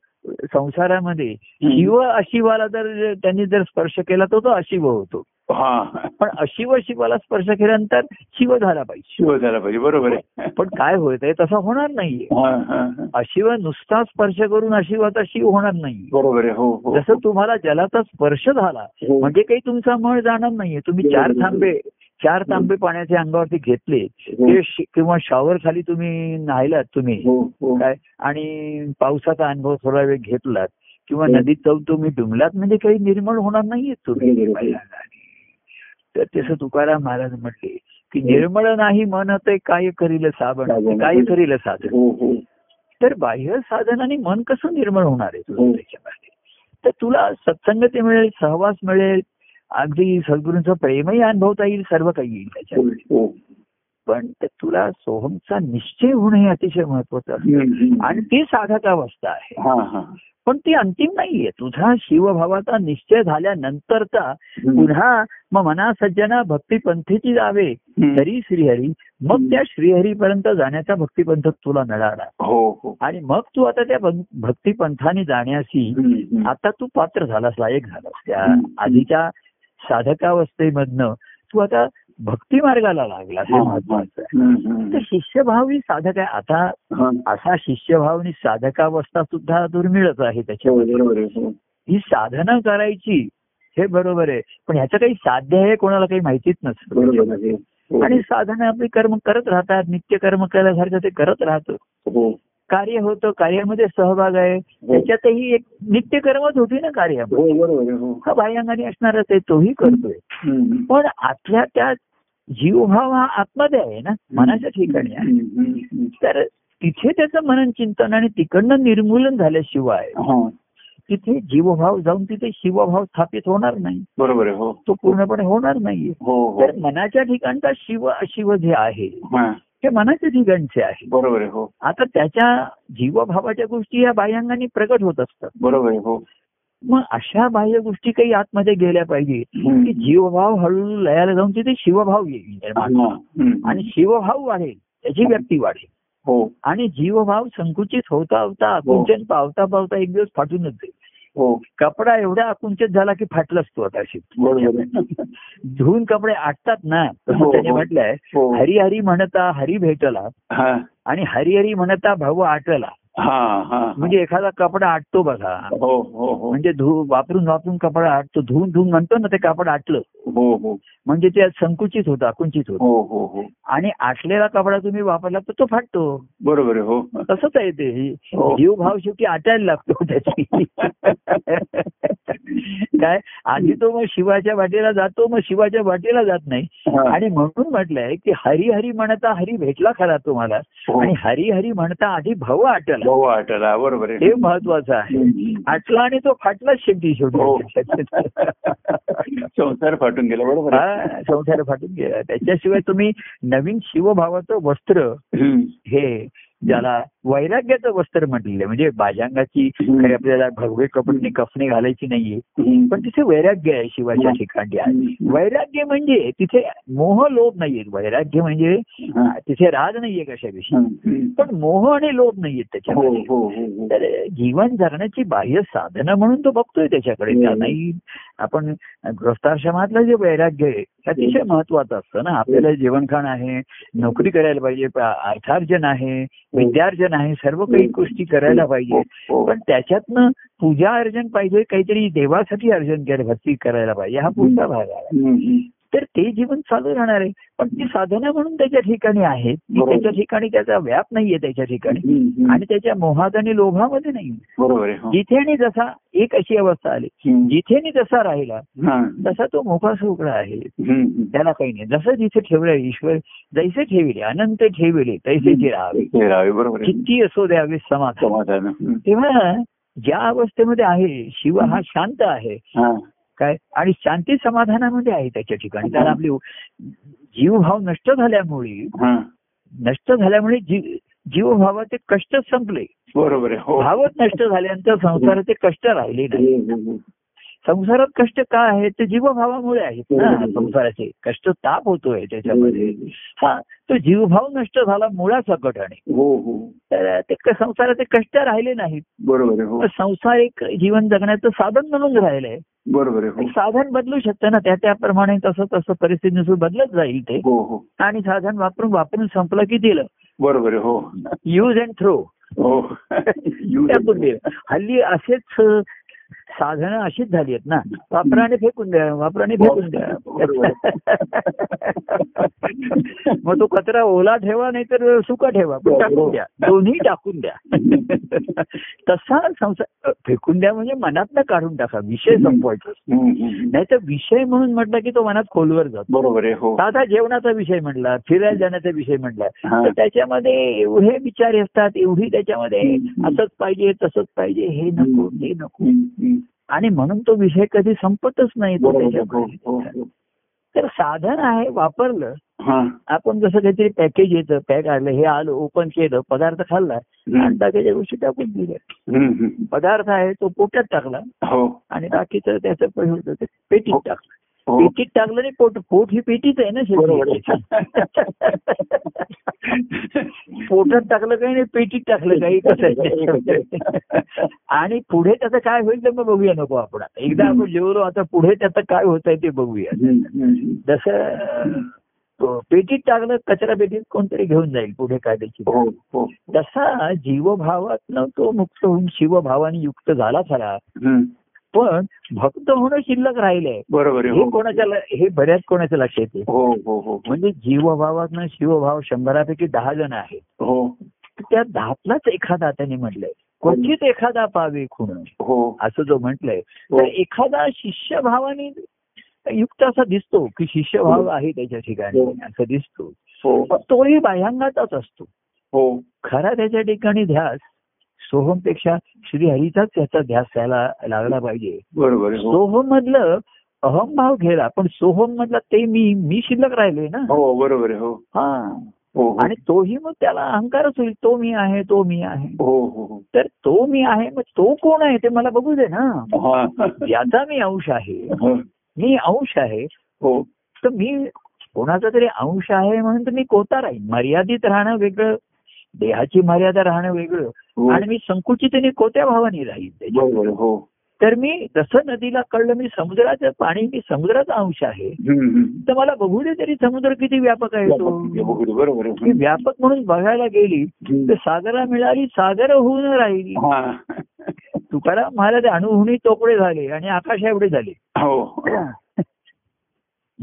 A: संसारामध्ये शिव अशिवाला जर त्यांनी जर स्पर्श केला तर तो अशिव होतो
B: हा
A: पण अशिव शिवाला स्पर्श केल्यानंतर शिव झाला पाहिजे
B: शिव झाला पाहिजे बरोबर आहे
A: पण काय होत आहे तसं होणार नाहीये
B: हा, हा, हा.
A: अशिव नुसता स्पर्श करून अशिवाचा शिव होणार नाही
B: बरोबर आहे हो हो
A: जसं तुम्हाला जलाचा स्पर्श झाला
B: हो.
A: म्हणजे काही तुमचा मळ जाणार नाहीये तुम्ही
B: बरोबर.
A: चार थांबे चार तांबे पाण्याच्या अंगावरती घेतले
B: हो.
A: ते श- किंवा शॉवर खाली तुम्ही न्हायलात तुम्ही
B: हो हो
A: काय आणि पावसाचा अनुभव थोडा वेळ घेतलात किंवा
B: हो.
A: नदीत जाऊन तुम्ही डुंबलात म्हणजे काही निर्मळ होणार नाहीये तुम्ही
B: बरोबर.
A: तर तसं तुकाराम महाराज म्हटले की निर्मळ नाही मन ते काय करील साबण ते काय करील साधन
B: हो हो
A: तर बाह्य साधनाने मन कसं निर्मळ होणार आहे तुझं
B: हो.
A: त्याच्यामध्ये तर तुला सत्संगती मिळेल सहवास मिळेल अगदी सद्गुरूंचं प्रेमही अनुभवता येईल सर्व काही येईल त्याच्यात
B: हो, हो.
A: पण ते तुला सोहमचा निश्चय होणं हे अतिशय महत्वाचं असतं
B: हम्म, हम्म.
A: आणि ती साधकावस्था आहे
B: हा हा
A: पण ती अंतिम नाहीये तुझा शिवभावाचा निश्चय झाल्यानंतरचा पुन्हा मग मना सज्जना भक्तीपंथीची जावे
B: हम्म.
A: तरी श्रीहरी मग त्या श्रीहरीपर्यंत जाण्याचा भक्तीपंथ तुला मिळाला
B: हो हो
A: आणि मग तू आता त्या भं- भक्तिपंथाने जाण्याशी
B: हम्म.
A: आता तू पात्र झालास लायक झालास त्या
B: हम्म.
A: आधीच्या साधकावस्थेमधनं तू आता भक्ती मार्गाला लागला हे महत्वाचं आहे
B: हम्म, हम्म.
A: तर शिष्यभाव ही साधक आहे आता
B: हा.
A: असा शिष्यभाव आणि साधकावस्था सुद्धा दुर्मिळच आहे त्याच्यावर
B: बरोबर आहे, हो.
A: ही साधना करायची हे बरोबर आहे पण ह्याचं काही साध्य आहे कोणाला काही माहितीच नसतं
B: बरोबर आहे. हो.
A: आणि साधना आपली कर्म करत राहतात नित्य कर्म केल्यासारखं ते करत राहतं
B: हो.
A: कार्य होतं कार्यामध्ये सहभाग आहे त्याच्यातही एक नित्यकर्मच होती ना कार्यामध्ये
B: हो बरोबर आहे, हो.
A: हा बाह्यांगाने असणारच आहे तोही करतोय
B: हम्म.
A: पण आतल्या त्या जीवभाव हा आतमध्ये आहे ना मनाच्या ठिकाणी आहे
B: हम्म, हम्म, हम्म.
A: तर तिथे त्याचं मनन चिंतन आणि तिकडनं निर्मूलन झाल्याशिवाय
B: हा.
A: तिथे जीवभाव जाऊन तिथे शिवभाव स्थापित होणार नाही
B: बरोबर आहे, हो
A: तो पूर्णपणे होणार नाहीये
B: हो
A: तर
B: हो
A: मनाच्या ठिकाणचा शिव शिव जे आहे
B: हा.
A: हे मनाच्या ठिकाणचे आहे
B: बरोबर आहे, हो
A: आता त्याच्या जीवभावाच्या गोष्टी या बाह्यांगाने प्रकट होत असतात
B: बरोबर आहे, हो
A: मग अशा बाह्य गोष्टी काही आतमध्ये गेल्या पाहिजे
B: हम्म.
A: की जीवभाव हळूहळू लयाला जाऊन तिथे शिवभाव येईल निर्माण.
B: हा. हम्म.
A: आणि शिवभाव वाढेल त्याची व्यक्ती वाढेल
B: हो
A: आणि जीवभाव संकुचित होता होता आकुंचन पावता पावता एक दिवस फाटूनच जाईल
B: हो
A: कपडा एवढा आकुंचित झाला की फाटलाच तो आता
B: बरोबर आहे.
A: धुवून कपडे आटतात ना
B: हो, हो.
A: त्याने म्हटलंय
B: हो
A: हरी हरी म्हणता हरी भेटला
B: हा
A: आणि हरी हरी म्हणता भाऊ आटला
B: हा हा
A: म्हणजे एखादा कपडा आटतो बघा
B: हो हो हो
A: म्हणजे धु वापरून वापरून कपडा आटतो धुवून धुवून म्हणतो ना ते कपडा आटलं
B: हो हो
A: म्हणजे ते संकुचित होतं आकुंचित होतं
B: हो हो हो
A: आणि आटलेला कपडा तुम्ही वापरला तर तो फाटतो
B: बरोबर आहे, हो
A: तसंच आहे ते
B: हो.
A: जीवभाव शेवटी आटायला लागतो त्याची काय आधी तो मग शिवाच्या वाटेला जातो मग शिवाच्या वाटेला जात नाही
B: हा.
A: आणि म्हणून म्हटलंय की हरी हरी म्हणता हरी भेटला खरा तुम्हाला
B: हो.
A: आणि हरी हरी म्हणता आधी भव आटला
B: भाऊ आटला बरोबर आहे
A: हे महत्वाचं आहे
B: हम्म.
A: आटला आणि तो फाटलाच शेवटी शेवटी
B: हो संसार फाटून गेला बरोबर आहे.
A: हा संसार फाटून गेला त्याच्याशिवाय तुम्ही नवीन शिवभावाचं वस्त्र
B: हम्म.
A: हे ज्याला वैराग्याचं वस्त्र म्हटलेलं आहे. म्हणजे बाजांगाची काही आपल्याला भगवे कपडे कफने घालायची नाहीये
B: हम्म.
A: पण तिथे वैराग्य आहे शिवाच्या ठिकाणी आहे वैराग्य म्हणजे तिथे मोह लोभ नाहीये वैराग्य म्हणजे
B: हा.
A: तिथे राग नाहीये कशाविषयी
B: हम्म.
A: पण मोह आणि लोभ नाहीये
B: हो
A: त्याच्यामध्ये
B: हो हो हो.
A: तर जीवन जगण्याची बाह्य साधनं म्हणून तो बघतोय त्याच्याकडे
B: हम्म.
A: नाही आपण ग्रस्ताश्रमातलं जे वैराग्य आहे हे अतिशय महत्वाचं असतं ना आपल्याला जेवणखाण आहे नोकरी करायला पाहिजे प- अर्थार्जन आहे विद्यार्जन आहे सर्व काही गोष्टी करायला पाहिजे
B: हो, हो.
A: पण त्याच्यातनं पूजा अर्जन पाहिजे काहीतरी देवासाठी अर्जन करायला भक्ती करायला पाहिजे हा पुढचा भाग आहे
B: हम्म.
A: तर ते जीवन चालू राहणार आहे पण ती साधना म्हणून त्याच्या ठिकाणी आहे ती
B: बरोबर.
A: त्याच्या ठिकाणी त्याचा व्याप नाहीये त्याच्या ठिकाणी
B: हम्म.
A: आणि त्याच्या मोहात आणि लोभामध्ये नाही
B: बरोबर आहे हो.
A: जिथे आणि जसा एक अशी अवस्था आली
B: हम्म.
A: जिथे आणि जसा राहिला
B: हा.
A: तसा तो मोकास उघडा आहे
B: हम्म.
A: त्याला काही नाही जसं जिथे ठेवलं ईश्वर जैसे ठेविले अनंत ठेविले तैसे ते राहावे
B: ते राहावे बरोबर आहे
A: किती असो द्यावे समाधान
B: समाधान हम्म.
A: तेव्हा ज्या अवस्थेमध्ये आहे शिव हा शांत आहे
B: हा.
A: काय आणि शांती समाधानामध्ये आहे त्याच्या ठिकाणी कारण आपली जीवभाव नष्ट झाल्यामुळे
B: हा.
A: नष्ट झाल्यामुळे जी- जीवभावाचे कष्ट संपले
B: बरोबर आहे हो
A: भावच नष्ट झाल्यानंतर संसाराचे कष्ट राहिले नाही
B: हम्म.
A: संसारात कष्ट का आहेत ते जीवभावामुळे आहेत ना
B: बरोबर.
A: संसाराचे कष्ट ताप होतोय त्याच्यामध्ये हा तो जीवभाव नष्ट झाला मुळासकट आणि
B: हो हो
A: तर ते क- संसाराचे कष्ट राहिले नाहीत
B: बरोबर आहे
A: मग
B: हो
A: संसार एक जीवन जगण्याचं साधन म्हणून राहिलंय
B: बरोबर आहे
A: एक साधन बदलू शकतं ना त्या त्याप्रमाणे तसं तसं परिस्थितीनुसार बदलत जाईल ते
B: हो हो हो
A: आणि साधन वापरून वापरून संपलं की दिलं
B: बरोबर आहे हो
A: यूज अँड थ्रो
B: हो
A: टाकून दिलं हल्ली असेच साधनं अशीच झाली आहेत ना वापरा आणि फेकून द्या वापरा आणि फेकून
B: हो.
A: द्या मग तो कचरा ओला ठेवा नाही तर सुका ठेवा
B: हो,
A: पण टाकून द्या दोन्ही टाकून द्या तसा संसार फेकून द्या म्हणजे मनातनं काढून टाका विषय संपवायचा
B: हम्म, हम्म.
A: नाही तर विषय म्हणून म्हटलं की तो मनात खोलवर जातो
B: बरोबर आहे हो
A: साधा जेवणाचा विषय म्हटला फिरायला जाण्याचा विषय म्हटला
B: हा.
A: तर त्याच्यामध्ये एवढे विचार असतात एवढी त्याच्यामध्ये असंच पाहिजे तसंच पाहिजे हे नको ते नको
B: हम्म, हम्म.
A: आणि म्हणून तो विषय कधी संपतच नाही तो
B: बरोबर आहे, हो,
A: त्याच्यामध्ये
B: हो, हो.
A: तर साधन आहे वापरलं
B: हा
A: आपण कसं काहीतरी पॅकेज येतं पॅक आलं हे आलं ओपन केलं पदार्थ खाल्ला आणि बाकीच्या गोष्टी टाकून दिल्या
B: हम्म, हम्म.
A: पदार्थ आहे तो पोटात टाकला
B: हो
A: आणि बाकीचं त्याचं पण हे होतं ते पेटीत
B: हो.
A: टाकलं
B: हो
A: पेटीत टाकलं नाही पोट पोट ही पेटीच आहे ना शेवटी
B: हो.
A: पोटात टाकलं काही नाही पेटीत टाकलं काही कसं आहे. आणि पुढे त्याचं काय होईल ते मग बघूया नको आपण आता एकदा आपण जेवलो आता पुढे त्याचं काय होत आहे ते बघूया
B: हम्म, हम्म.
A: जसं अं, पेटीत टाकलं कचरा पेटीत कोणतरी घेऊन जाईल पुढे कायदेशीर
B: हो हो
A: तसा जीवभावात न तो मुक्त होऊन शिवभावाने युक्त झाला खरा
B: हम्म.
A: पण भक्त होणं शिल्लक राहिलंय
B: बरोबर आहे
A: हे
B: हो
A: कोणाच्या ल- हे बऱ्याच कोणाच्या लक्षात येते
B: हो हो हो
A: म्हणजे जीवभावात शिवभाव शंभरापैकी दहा जण आहेत
B: हो
A: तर त्या दहातलाच एखादा त्याने म्हटलंय क्वचित एखादा पावे खुण
B: हो
A: असं जो म्हटलंय
B: हो.
A: तर एखादा शिष्यभावाने युक्त असा दिसतो की शिष्यभाव आहे त्याच्या ठिकाणी
B: हो.
A: असं दिसतो
B: हो
A: पण तोही बाह्यांगाचाच असतो
B: हो
A: खरा त्याच्या ठिकाणी ध्यास सोहमपेक्षा श्रीहरीचाच त्याचा ध्यास त्याला लागला पाहिजे
B: बरोबर आहे हो
A: सोहम मधलं अहमभाव घेला पण सोहम मधला ते मी मी शिल्लक राहिले ना
B: हो बरोबर आहे हो
A: हा
B: हो हो
A: आणि तोही मग त्याला अहंकारच होईल तो मी आहे तो मी आहे
B: हो हो हो
A: तर तो मी आहे मग तो कोण आहे ते मला बघू दे ना
B: हो. हा.
A: याचा मी अंश आहे
B: हो
A: मी अंश आहे
B: हो
A: तर मी कोणाचा तरी अंश आहे म्हणून तर मी कोता राहीन मर्यादित राहणं वेगळं देहाची मर्यादा राहणं वेगळं
B: हो.
A: आणि मी संकुचितने कोत्या भावाने राहीन त्याच्यात.
B: बरोबर आहे, हो
A: तर मी जसं नदीला कळलं मी समुद्राचं पाणी मी समुद्राचा अंश आहे
B: हम्म, हम्म.
A: तर मला बघू दे तरी समुद्र किती व्यापक आहे तो
B: बरोबर आहे, बरोबर
A: मी
B: आहे. हो.
A: व्यापक म्हणून बघायला गेली तर सागरा मिळाली सागर होऊन राहिली
B: हा.
A: तुकाराम महाराज अणुहुनी तोकडे झाले आणि आकाशा एवढे झाले
B: हो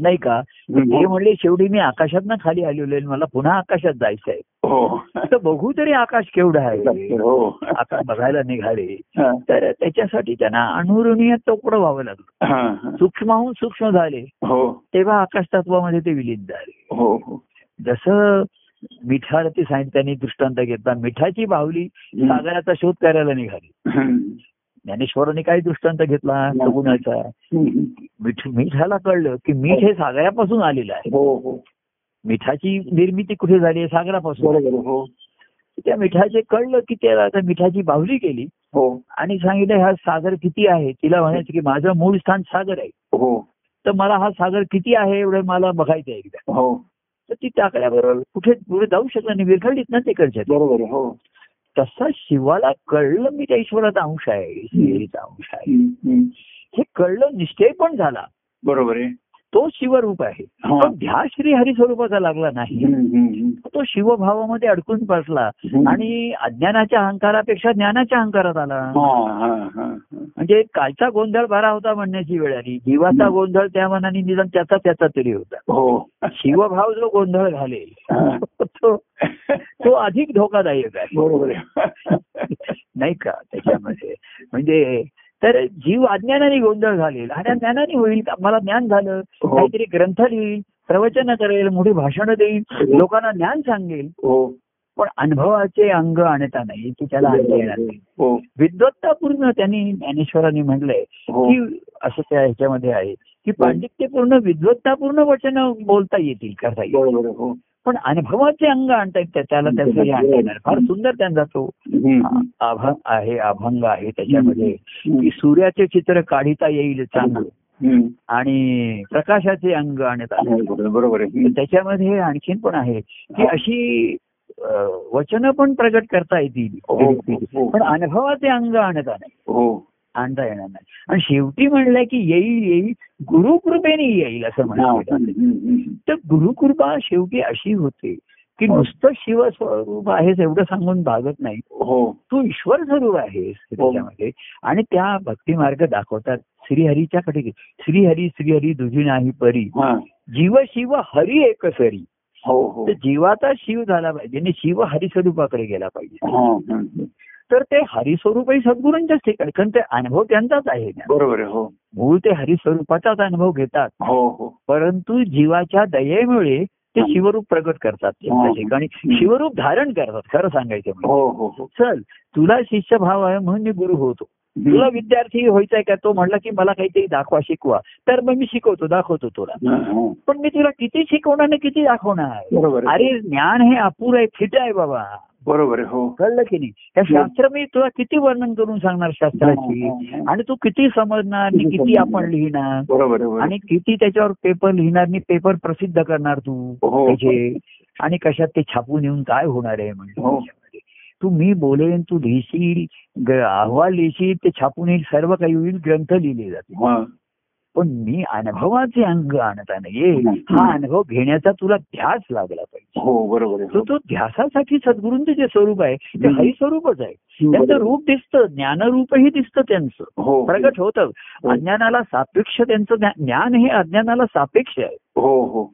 A: नाही का
B: हो.
A: हे म्हणले शेवटी मी आकाशातनं खाली आलेलो आहे मला पुन्हा आकाशात जायचं आहे
B: हो
A: तर बघू तरी आकाश केवढं आहे
B: हो
A: आकाश बघायला निघाले
B: हा.
A: तर त्याच्यासाठी त्यांना अणुऋणीय तोकडं व्हावं लागलं
B: हा.
A: सूक्ष्माहून सूक्ष्म झाले
B: हो
A: तेव्हा आकाश तत्वामध्ये ते विलीन झाले
B: हो हो
A: जसं मिठारती साहित्याने दृष्टांत घेतला मिठाची बाहुली सागराचा शोध करायला निघाली
B: हम्म.
A: ज्ञानेश्वरांनी काय दृष्टांत घेतला सगुणाचा
B: हम्म.
A: मिठ मिठाला कळलं की मीठ हे सागरापासून आलेलं आहे
B: हो हो
A: मिठाची निर्मिती कुठे झाली आहे सागरापासून
B: बरोबर आहे, हो
A: त्या मिठाचे कळलं की त्याला आता मिठाची बाहुली केली
B: हो
A: आणि सांगितलं हा सागर किती आहे तिला म्हणायचं की माझं मूळ स्थान सागर आहे
B: हो
A: तर मला हा सागर किती आहे एवढं मला बघायचं आहे एकदा
B: हो
A: तर ती टाकल्याबरोबर कुठे पुढे जाऊ शकला नाही विरघडलीच ना तिकडच्या
B: बरोबर आहे, हो
A: तसा शिवाला कळलं मी त्या ईश्वराचा अंश आहे श्रीहरीचा अंश आहे
B: हम्म, हम्म.
A: हे कळलं निश्चय पण झाला
B: बरोबर आहे
A: तो शिवरूप आहे
B: हा.
A: पण ध्यास श्री हरी स्वरूपाचा लागला नाही
B: हम्म, हम्म,
A: तो शिवभावामध्ये अडकून बसला
B: हम्म.
A: आणि अज्ञानाच्या अहंकारापेक्षा ज्ञानाच्या अहंकारात आला
B: हा, हा, हा, हा.
A: म्हणजे कालचा गोंधळ बरा होता म्हणण्याची वेळ आली जीवाचा
B: हम्म.
A: गोंधळ त्या मनाने निदान त्याचा त्याचा तरी होता
B: हो
A: शिवभाव जो गोंधळ घालेल
B: हा.
A: तो तो अधिक धोकादायक आहे
B: बरोबर आहे
A: नाही का त्याच्यामध्ये म्हणजे तर जीव अज्ञानाने गोंधळ घालेल आणि ज्ञानाने होईल मला ज्ञान झालं
B: हो.
A: काहीतरी ग्रंथ लिहील प्रवचन करेल मोठी भाषणं देईल
B: हो.
A: लोकांना ज्ञान सांगेल
B: हो
A: पण अनुभवाचे अंग आणता नाही की त्याला आणता येणार नाही
B: हो
A: विद्वत्तापूर्ण त्यांनी ज्ञानेश्वरांनी म्हटलंय
B: हो
A: की असं त्या ह्याच्यामध्ये आहे की पांडित्यपूर्ण विद्वत्तापूर्ण वचन बोलता येतील करता येईल
B: बरोबर आहे, हो
A: पण अनुभवाचे अंग आणता येत त्याला त्याचं हे आणता येणार फार
B: हो.
A: सुंदर त्यांचा तो
B: हम्म.
A: अभंग आहे अभंग आहे त्याच्यामध्ये
B: हम्म. हो.
A: की सूर्याचे चित्र काढिता येईल चांगलं
B: हम्म.
A: आणि प्रकाशाचे अंग आणत आले
B: बरोबर बरोबर आहे हम्म.
A: त्याच्यामध्ये आणखीन पण आहे की अशी अं, वचनं पण प्रगट करता
B: हो,
A: येतील
B: हो,
A: पण अनुभवाचे अंग आणता नाही
B: हो
A: आणता येणार नाही आणि शेवटी म्हणलंय की येईल येईल गुरुकृपेने येईल असं
B: हा.
A: म्हणाल
B: हम्म.
A: तर गुरुकृपा शेवटी अशी होते की नुसतं शिवस्वरूप आहेस एवढं सांगून भागत नाही
B: हो
A: तू ईश्वर स्वरूप आहेस त्याच्यामध्ये आणि त्या भक्ती मार्ग दाखवतात श्रीहरीच्या कडे गे- श्रीहरी श्रीहरी दुजी नाही परी
B: हा.
A: जीव शिव हरी एक सरी
B: हो हो
A: तर जीवाचा शिव झाला पाहिजे आणि शिव हरिस्वरूपाकडे गेला पाहिजे
B: हा. हम्म.
A: तर ते हरिस्वरूपही सद्गुरूंच्याच ठिकाणी कारण ते अनुभव त्यांचाच आहे ना
B: बरोबर आहे हो
A: मूळ ते हरिस्वरूपाचाच अनुभव घेतात
B: हो हो
A: परंतु जीवाच्या दयेमुळे ते शिवरूप प्रगट करतात
B: हो.
A: त्यांच्या ठिकाणी शिवरूप धारण करतात खरं सांगायचं म्हणजे
B: हो हो हो
A: चल तुला शिष्यभाव आहे म्हणून मी गुरु होतो
B: हम्म.
A: तुला विद्यार्थी व्हायचा आहे का तो म्हणला की मला काहीतरी दाखवा शिकवा तर मग मी शिकवतो दाखवतो तुला
B: हा, हा.
A: पण मी तुला किती शिकवणार आणि किती दाखवणार
B: बरोबर आहे.
A: अरे ज्ञान हे अपुर आहे फिट आहे बाबा
B: बरोबर आहे हो हो,
A: कळलं की नाही त्या शास्त्र मी तुला किती वर्णन करून सांगणार शास्त्राची
B: हा, हा, हा.
A: आणि तू किती समजणार आणि किती आपण लिहिणार
B: बरोबर आहे, बरोबर आहे
A: आणि किती त्याच्यावर पेपर लिहिणार आणि पेपर प्रसिद्ध करणार तू
B: हो.
A: त्याचे आणि कशात ते छापून येऊन काय होणार आहे म्हणजे
B: हो.
A: त्याच्यामध्ये. तू मी बोलेन तू लिहिशील ग- अहवाल लिहिशील ते छापून येईल सर्व काही होईल ग्रंथ लिहिले जातील
B: हा.
A: पण मी अनुभवाचे अंग आणताना येईल हा अनुभव घेण्याचा तुला ध्यास लागला पाहिजे
B: हो बरोबर आहे
A: तो तो ध्यासासाठी सद्गुरूंचं जे स्वरूप आहे ते
B: हम्म.
A: हरी स्वरूपच आहे त्यांचं
B: बरोबर.
A: रूप दिसतं ज्ञानरूपही दिसतं त्यांचं
B: हो
A: प्रगट होतं अज्ञानाला सापेक्ष त्यांचं ज्ञा- ज्ञान हे अज्ञानाला सापेक्ष आहे
B: हो हो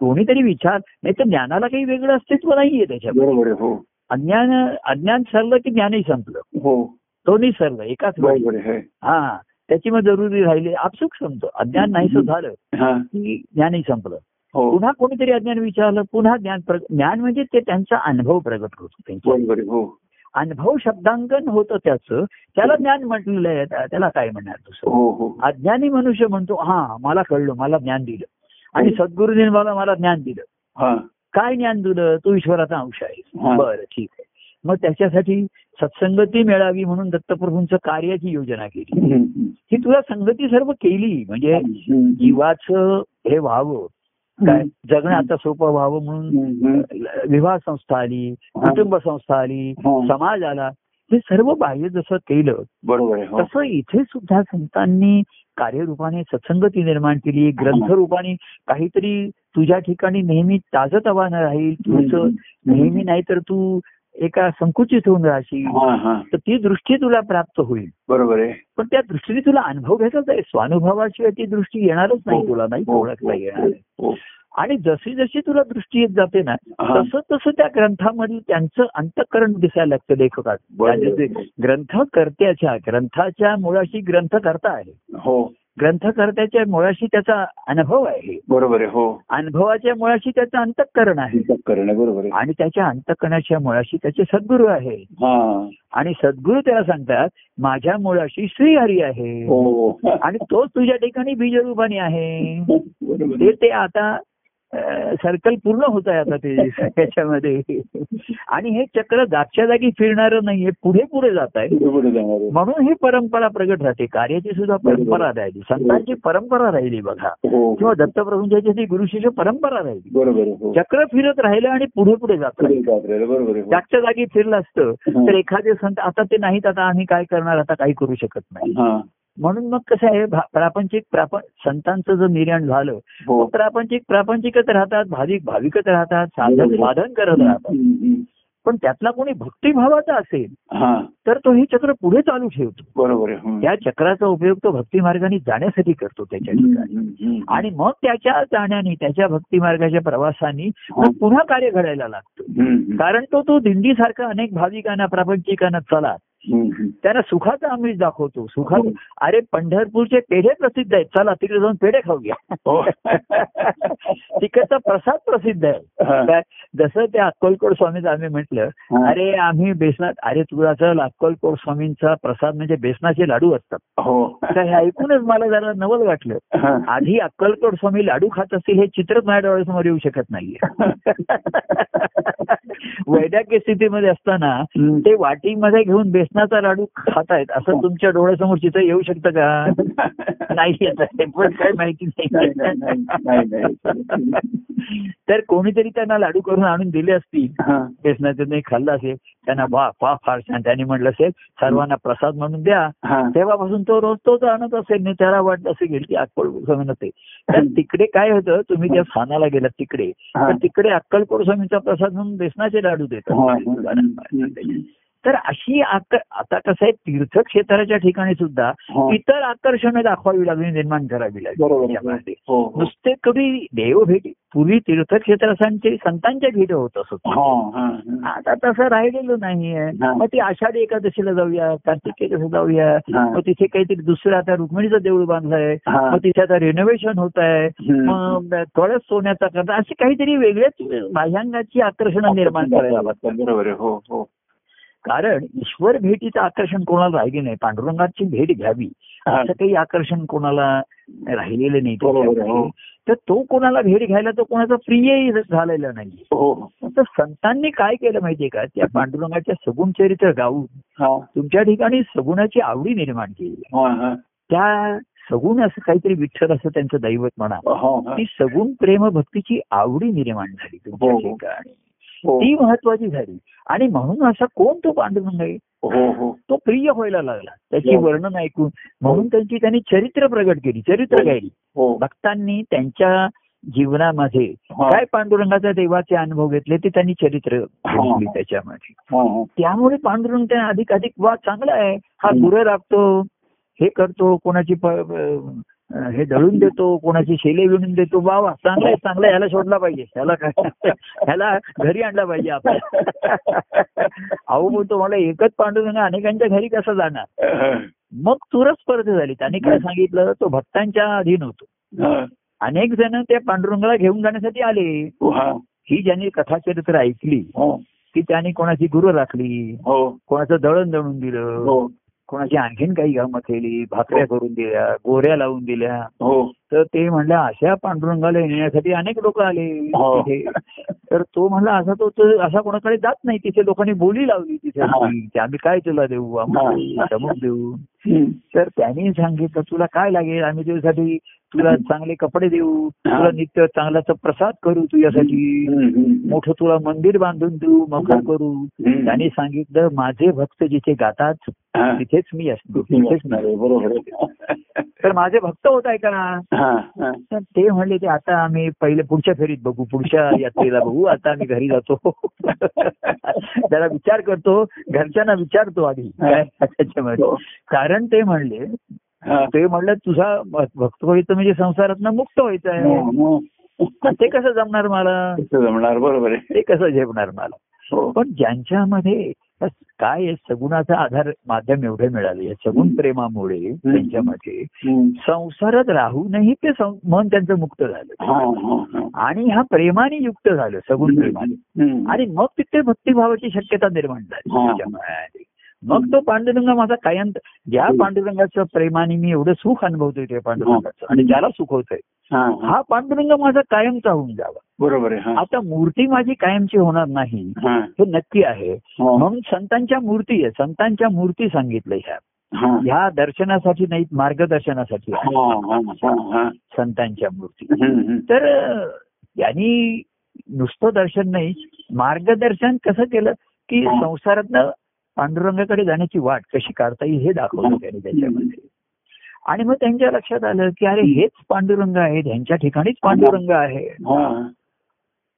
A: कोणीतरी विचार नाही तर ज्ञानाला काही वेगळं अस्तित्व नाहीये त्याच्यात
B: बरोबर आहे हो
A: अज्ञान अज्ञान सरलं की ज्ञानही संपलं
B: हो
A: दोन्ही सरलं एकाच वेळी
B: बरोबर आहे
A: हा त्याची मग जरुरी राहिली आपसुक संपतो अज्ञान नाहीसं झालं
B: हा
A: की ज्ञानही संपलं
B: हो
A: पुन्हा कोणीतरी अज्ञान विचारलं पुन्हा ज्ञान प्रग- ज्ञान म्हणजे ते त्यांचा अनुभव प्रगट होतो त्यांचा
B: बरोबर आहे हो
A: अनुभव शब्दांकन होतं त्याचं त्याला ज्ञान म्हटलेलं आहे त्या- त्याला काय म्हणणार दुसरं
B: हो हो
A: अज्ञानी मनुष्य म्हणतो हा मला कळलं मला ज्ञान दिलं आणि सद्गुरुने मला मला ज्ञान दिलं
B: हा
A: काय ज्ञान दिलं तू ईश्वराचा अंश आहे
B: हा.
A: बरं ठीक आहे मग त्याच्यासाठी सत्संगती मिळावी म्हणून दत्तप्रभूंचं कार्याची योजना केली
B: हम्म, हम्म.
A: ही तुला संगती सर्व केली म्हणजे
B: हम्म.
A: जीवाचं हे व्हावं काय
B: हम्म.
A: जगणं आता सोपं व्हावं म्हणून
B: हम्म, हम्म.
A: विवाह संस्था आली कुटुंब संस्था आली
B: हा.
A: समाज आला हे सर्व बाह्य जसं केलं
B: बरोबर आहे हो
A: तसं इथे सुद्धा संतांनी कार्यरूपाने सत्संगती निर्माण केली ग्रंथरूपाने काहीतरी तुझ्या ठिकाणी नेहमी ताजतवानं राहील तुझं
B: हम्म.
A: नेहमी नाही तर तू एका संकुचित होऊन राहशील
B: हा हा
A: तर ती दृष्टी तुला प्राप्त होईल
B: बरोबर आहे
A: पण त्या दृष्टीने तुला अनुभव घ्यायचाच आहे स्वानुभवाशिवाय ती दृष्टी येणारच नाही तुला नाही
B: हो,
A: ओळखता
B: हो,
A: येणार
B: हो.
A: आणि जशी जशी तुला दृष्टी येत जाते ना
B: हा.
A: तसं तसं त्या ग्रंथामध्ये त्यांचं अंतकरण दिसायला लागतं लेखकात
B: बरोबर.
A: म्हणजे ग्रंथकर्त्याच्या ग्रंथाच्या मुळाशी ग्रंथकर्ता आहे
B: हो
A: ग्रंथकर्त्याच्या मुळाशी त्याचा अनुभव आहे
B: बरोबर आहे हो
A: अनुभवाच्या मुळाशी त्याचं अंतकरण आहे
B: हिसाब करणे बरोबर आहे
A: आणि त्याच्या अंतकरणाच्या मुळाशी त्याचे सद्गुरू आहे
B: हा
A: आणि सद्गुरू त्याला सांगतात माझ्या मुळाशी श्रीहरी आहे
B: हो
A: आणि तोच तुझ्या ठिकाणी बीजरूपाने आहे
B: बरोबर
A: ते
B: आहे.
A: ते आता सर्कल पूर्ण होत आहे आता ते त्याच्यामध्ये आणि हे चक्र जागच्या जागी फिरणार नाहीये पुढे पुढे जात आहे
B: बरोबर जाणार आहे.
A: म्हणून ही परंपरा प्रगट राहते कार्याची सुद्धा परंपरा राहिली संतांची परंपरा राहिली बघा
B: हो
A: किंवा दत्तप्रभूंच्या ती गुरु शिष्य परंपरा राहिली
B: बरोबर आहे हो
A: चक्र फिरत राहिलं आणि पुढे पुढे जात राहिलं.
B: पुढे जात राहिलं, बरोबर हो. आहे हो.
A: जागच्या जागी फिरलं असतं तर एखादे संत आता ते नाहीत आता आम्ही काय करणार आता काही करू शकत नाही
B: हा
A: म्हणून मग कसं आहे भा- प्रापंचिक प्राप संतांचं जर निर्याण झालं
B: हो
A: मग प्रापंचिक प्रापंचिकच राहतात भाविक भाविकच राहतात साधक
B: बरोबर.
A: साधन करत राहतात
B: हम्म, हम्म.
A: पण त्यातला कोणी भक्तिभावाचा असेल
B: हा
A: तर तो हे चक्र पुढे चालू ठेवतो
B: बरोबर आहे हम्म.
A: त्या चक्राचा उपयोग तो भक्ती मार्गाने जाण्यासाठी करतो त्याच्या ठिकाणी
B: हम्म, हम्म.
A: आणि मग त्याच्या जाण्याने त्याच्या भक्ती मार्गाच्या प्रवासाने
B: हा.
A: मग पुन्हा कार्य घडायला लागतं
B: हम्म,
A: कारण तो तो दिंडीसारखा अनेक भाविकांना प्रापंचिकांना चला
B: हम्म, हम्म.
A: त्यांना सुखाचा आम्हीच दाखवतो सुखा
B: हो.
A: अरे पंढरपूरचे पेढे प्रसिद्ध आहेत चला तिकडे जाऊन पेढे
B: हो.
A: खाऊया तिकडचा प्रसाद प्रसिद्ध आहे
B: हा.
A: काय जसं त्या अक्कलकोट स्वामीचं आम्ही म्हटलं
B: हा.
A: अरे आम्ही बेसनात अरे तुझा अक्कलकोट स्वामींचा प्रसाद म्हणजे बेसनाचे लाडू असतात
B: हो
A: तर हे ऐकूनच मला जरा नवल वाटलं
B: हा.
A: आधी अक्कलकोट स्वामी लाडू खात असतील हे चित्रच माझ्या डोळ्यासमोर येऊ शकत नाहीये वैद्यकीय स्थितीमध्ये असताना
B: हम्म.
A: ते वाटीमध्ये घेऊन बेसनाचा लाडू खातायत असं तुमच्या डोळ्यासमोर चित्र येऊ शकतं का नाही येत आहे, पण काय माहिती
B: नाही, नाही, नाही, नाही,
A: नाही तर कोणीतरी त्यांना लाडू करून आणून दिले असतील
B: हा.
A: बेसनाचे नाही खाल्लं असेल त्यांना वा वा फार छान त्यांनी म्हटलं असेल सर्वांना प्रसाद म्हणून द्या
B: हा.
A: तेव्हापासून तो रोज तोच आणत असेल नाही त्याला वाटत असेल गेल की अक्कलकोट स्वामींना ते तर तिकडे काय होतं तुम्ही त्या स्थानाला गेलात तिकडे
B: हा.
A: तर तिकडे अक्कलकोट स्वामींचा प्रसाद म्हणून बेसनाचे लाडू
B: हा.
A: देतात तर अशी आक- आता कसं आहे तीर्थक्षेत्राच्या ठिकाणी सुद्धा
B: हा.
A: इतर आकर्षणं दाखवावी लागली निर्माण करावी
B: बरोबर.
A: लागली त्यामध्ये.
B: हो, हो.
A: नुसते कधी देवभेटी पूर्वी तीर्थक्षेत्रासाठी संतांच्या भेट होत असत
B: हा, हा, हा.
A: आता तसं राहिलेलं नाहीये
B: हा.
A: मग ती आषाढी एकादशीला जाऊया कार्तिक एकादशीला जाऊया
B: हा.
A: मग तिथे काहीतरी दुसरं आता रुक्मिणीचं देऊळ बांधलंय
B: हा.
A: मग तिथे आता रेनोव्हेशन होत आहे
B: हम्म.
A: मग थोडं सोन्याचा करता अशी काहीतरी वेगळ्याच भाज्यांची आकर्षण निर्माण करायला हवं
B: बरोबर आहे हो हो
A: कारण ईश्वर भेटीचं आकर्षण कोणाला राहिले नाही पांडुरंगाची भेट घ्यावी
B: हा.
A: असं काही आकर्षण कोणाला राहिलेलं नाही
B: बरोबर आहे. हो.
A: त्याच्यामध्ये. तर तो कोणाला भेट घ्यायला तो कोणाचा प्रियही झालेला नाही
B: हो
A: तर संतांनी काय केलं माहितीये का त्या पांडुरंगाच्या सगुण चरित्र गाऊन
B: हा
A: तुमच्या ठिकाणी सगुणाची आवडी निर्माण केली
B: हा हा
A: त्या सगुण असं काहीतरी विठ्ठल असं त्यांचं दैवत म्हणा
B: हो, हा.
A: ती सगुण प्रेम भक्तीची आवडी निर्माण झाली तुमच्या
B: हो.
A: ठिकाणी
B: हो
A: ती महत्वाची झाली आणि म्हणून असा कोण तो पांडुरंग आहे
B: हो हो
A: तो प्रिय व्हायला लागला त्याची
B: हो.
A: वर्णन ऐकून म्हणून त्यांची त्यांनी चरित्र प्रगट केली चरित्र
B: हो.
A: गायली
B: हो
A: भक्तांनी त्यांच्या जीवनामध्ये
B: हा.
A: काय पांडुरंगाचा देवाचे अनुभव घेतले ते त्यांनी चरित्र
B: हो.
A: लिहिली
B: हा.
A: त्याच्यामध्ये
B: हा, हा.
A: त्यामुळे पांडुरंग त्यांना अधिक अधिक वा चांगला आहे हा
B: हं.
A: गुरं राखतो हे करतो कोणाची प- अं, हे दळून देतो कोणाची शेले विणून देतो वा वा चांगला आहे चांगला आहे ह्याला शोधला पाहिजे ह्याला काय ह्याला घरी आणला पाहिजे आपण अहो मग तुम्हाला एकच पांडुरंग अनेकांच्या घरी कसा जाणार मग तुरच स्पर्धा झाली त्याने काय सांगितलं तो भक्तांच्या अधीन होतो
B: हा.
A: अनेक जण त्या पांडुरंगाला घेऊन जाण्यासाठी आले
B: हा.
A: ही ज्यांनी कथाचरित्र ऐकली
B: हो
A: की त्याने कोणाची गुरु राखली
B: हो
A: कोणाचं दळण दळून दिलं
B: हो
A: कोणाची आणखीन काही कामं केली भाकऱ्या करून दिल्या गोऱ्या लावून दिल्या
B: हो
A: तर ते म्हणलं अशा पांडुरंगाला येण्यासाठी अनेक लोक आले
B: हो.
A: तिथे तर तो म्हणला असा तो तो असा कोणाकडे जात नाही तिथे लोकांनी बोली लावली तिथे
B: हा.
A: की आम्ही काय तुला देऊ आम्ही
B: हा.
A: चमक देऊ
B: हम्म.
A: तर त्यांनी सांगितलं तुला काय लागेल आम्ही तुझ्यासाठी तुला चांगले कपडे देऊ
B: हा.
A: तुला नित्य चांगलाचा प्रसाद करू तुझ्यासाठी
B: हम्म, हम्म.
A: मोठं तुला मंदिर बांधून देऊ मोकळं करू
B: हम्म.
A: त्यांनी सांगितलं माझे भक्त जिथे गातात
B: हा.
A: तिथेच मी असतो
B: तुम्ही
A: तिथेच
B: असणार
A: मी
B: आहे, बरोबर आहे.
A: तर माझे भक्त होत आहे का
B: हा, हा.
A: तर ते म्हणले की आता आम्ही पहिले पुढच्या फेरीत बघू पुढच्या यात्रेला बघू आता आम्ही घरी जातो त्याला विचार करतो घरच्यांना विचारतो आधी काय
B: हो,
A: त्याच्यामध्ये कारण ते म्हणले
B: हा.
A: ते म्हणलं तुझा भक्त व्हायचं म्हणजे संसारातनं मुक्त व्हायचं आहे
B: हो, हो.
A: पण ते कसं जमणार मला
B: तसं जमणार बरोबर आहे
A: ते कसं झेपणार मला
B: हो
A: पण ज्यांच्यामध्ये काय आहे, सगुणाचा आधार माध्यम एवढे मिळाले या सगुण प्रेमामुळे त्यांच्यामध्ये
B: हम्म.
A: संसारात राहूनही ते सं- मन त्यांचं मुक्त झालं
B: हा, हा, हा.
A: आणि ह्या प्रेमाने युक्त झालं सगुण प्रेमाने
B: हम्म.
A: आणि मग तिथे भक्तिभावाची शक्यता निर्माण झाली
B: हा.
A: त्याच्यामध्ये. मग तो पांडुरंग माझा कायम ज्या पांडुरंगाच्या प्रेमाने मी एवढं सुख अनुभवतोय त्या पांडुरंगाचं आणि ज्याला सुखवतोय
B: हा, हा.
A: हा पांडुरंग माझा कायमचा होऊन जावा
B: बरोबर आहे हा.
A: आता मूर्ती माझी कायमची होणार नाही
B: हा.
A: हे नक्की आहे
B: हो.
A: म्हणून संतांच्या मूर्ती आहे संतांच्या मूर्ती सांगितल्या ह्या
B: हा.
A: ह्या दर्शनासाठी नाहीत मार्गदर्शनासाठी आहेत
B: हा, हा, हा, हा.
A: संतांच्या मूर्ती
B: हम्म, हम्म.
A: तर अं, यांनी नुसतं दर्शन नाही मार्गदर्शन कसं केलं की
B: हा.
A: संसारातनं पांडुरंगाकडे जाण्याची वाट कशी काढता येईल हे दाखवलं
B: हा.
A: त्यांनी त्याच्यामध्ये आणि मग त्यांच्या लक्षात आलं की अरे हेच पांडुरंग आहेत ह्यांच्या ठिकाणीच पांडुरंग आहे
B: हा,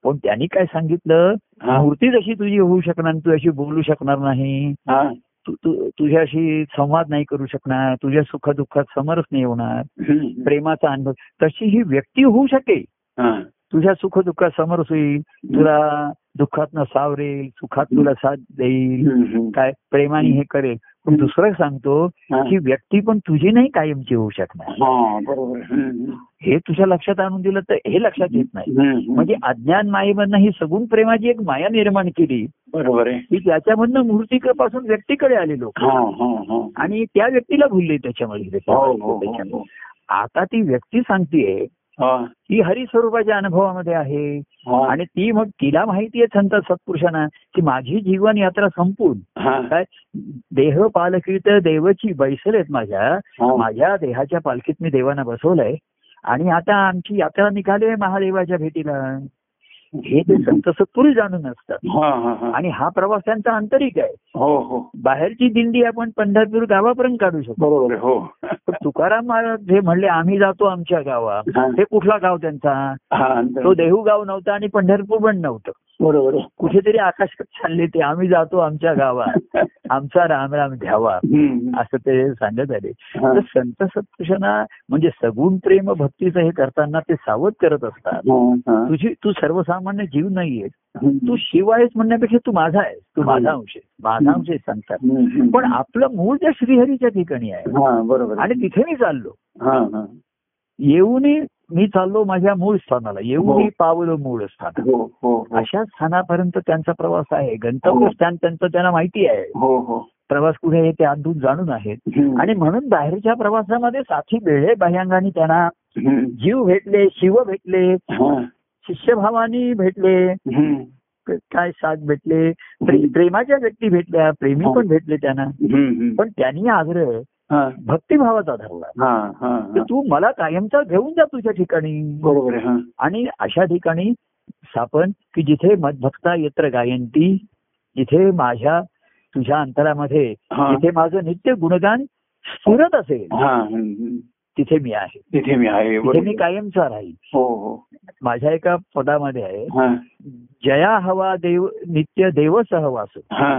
A: पण त्यांनी काय सांगितलं
B: हा.
A: मूर्ती जशी तुझी होऊ शकणार तू अशी बोलू शकणार नाही
B: हा.
A: तू तू- तुझ्याशी संवाद नाही करू शकणार तुझ्या सुखदुःखात समरस नाही होणार
B: हम्म.
A: प्रेमाचा अनुभव तशी ही व्यक्ती होऊ शकेल
B: हा.
A: तुझ्या सुख दुःखात समरस होईल तुला दुःखातनं सावरेल सुखात तुला साथ देईल
B: हम्म, हम्म.
A: काय प्रेमाने हे करेल पण दुसरं सांगतो
B: हा.
A: की व्यक्ती पण तुझी नाही कायमची होऊ शकणार
B: हा, बरोबर आहे. हम्म,
A: हे तुझ्या लक्षात आणून दिलं तर हे लक्षात येत नाही
B: हम्म. हम्म.
A: म्हणजे अज्ञान मायेमधनं ही सगुण प्रेमाची एक माया निर्माण केली
B: बरोबर आहे
A: की त्याच्यामधनं मूर्तीपासून व्यक्तीकडे आले लोक
B: हा हा हा
A: आणि त्या व्यक्तीला भुलले त्याच्यामध्ये
B: हो हो हो,
A: त्याच्यामध्ये.
B: हो
A: आता ती व्यक्ती सांगतीये
B: हा
A: की हरिस्वरूपाच्या अनुभवामध्ये आहे
B: हा
A: आणि ती मग तिला माहिती आहे संत सत्पुरुषांना की माझी जीवन यात्रा संपून
B: हा
A: काय देह पालखीत देवची बैसल आहेत माझ्या
B: हा.
A: माझ्या देहाच्या पालखीत मी देवांना बसवलंय आणि आता आमची यात्रा निघाली महादेवाच्या भेटीला हे ते संत सत्पुरुष जाणून असतात
B: हा हा हा
A: आणि हा प्रवास त्यांचा आंतरिक आहे
B: हो हो
A: बाहेरची दिंडी आपण पंढरपूर गावापर्यंत काढू शकतो
B: बरोबर आहे, हो
A: पण तुकाराम महाराज जे म्हणले आम्ही जातो आमच्या गावा
B: हा,
A: हे कुठला गाव त्यांचा
B: हा, अंतर-
A: तो देहू गाव नव्हता आणि पंढरपूर पण नव्हतं
B: बरोबर आहे.
A: कुठेतरी आकाशात चालले ते आम्ही जातो आमच्या गावात आमचा रामराम घ्यावा
B: हम्म.
A: असं ते सांगत आले
B: हा.
A: तर संत सत्पुरुषांना म्हणजे सगुण प्रेम भक्तीचं हे करताना ते सावध करत असतात
B: हा, हा.
A: तुझी तू सर्वसामान्य जीव नाहीये
B: हम्म.
A: तू शिव आहेस म्हणण्यापेक्षा तू माझा आहेस तू माझा अंश आहेस माझा अंश आहेस सांगतात
B: हम्म.
A: पण आपलं मूळ त्या श्रीहरीच्या ठिकाणी आहे
B: हा बरोबर आहे.
A: आणि तिथे मी चाललो
B: हा हा
A: येऊन मी चाललो माझ्या मूळ स्थानाला येऊ
B: हो.
A: मी पावलो मूळ स्थान
B: हो हो हो
A: अशा स्थानापर्यंत त्यांचा प्रवास आहे गंतव्य
B: हो.
A: स्थान त्यांचं त्यांना माहिती आहे
B: हो हो
A: प्रवास कुठे आहे ते आधून जाणून आहेत
B: हम्म.
A: आणि म्हणून बाहेरच्या प्रवासामध्ये साथी बेळे बाह्यांगाने त्यांना
B: हम्म.
A: जीव भेटले शिव भेटले
B: हा.
A: शिष्यभावानी भेटले
B: हम्म.
A: काय साथ भेटले प्रे- प्रेमाच्या व्यक्ती भेटल्या प्रेमी
B: हो.
A: पण भेटले त्यांना
B: हम्म. हम्म.
A: पण त्यांनी आग्रह
B: हा.
A: भक्तिभावाचा धरला
B: हा. हा.
A: तर
B: हा.
A: तू मला कायमचा घेऊन जा तुझ्या ठिकाणी
B: बरोबर आहे. हा.
A: आणि अशा ठिकाणी स्थापन की जिथे मदभक्ता यत्र गायंती जिथे माझ्या तुझ्या अंतरामध्ये
B: हा.
A: जिथे माझं नित्य गुणगान स्फुरत असेल
B: हा. हम्म.
A: तिथे मी आहे
B: तिथे मी आहे
A: तिथे मी
B: बरोबर.
A: कायमचा राहील
B: हो हो
A: माझ्या एका पदामध्ये आहे
B: हा.
A: जया हवा देव नित्य देव सहवास
B: हा.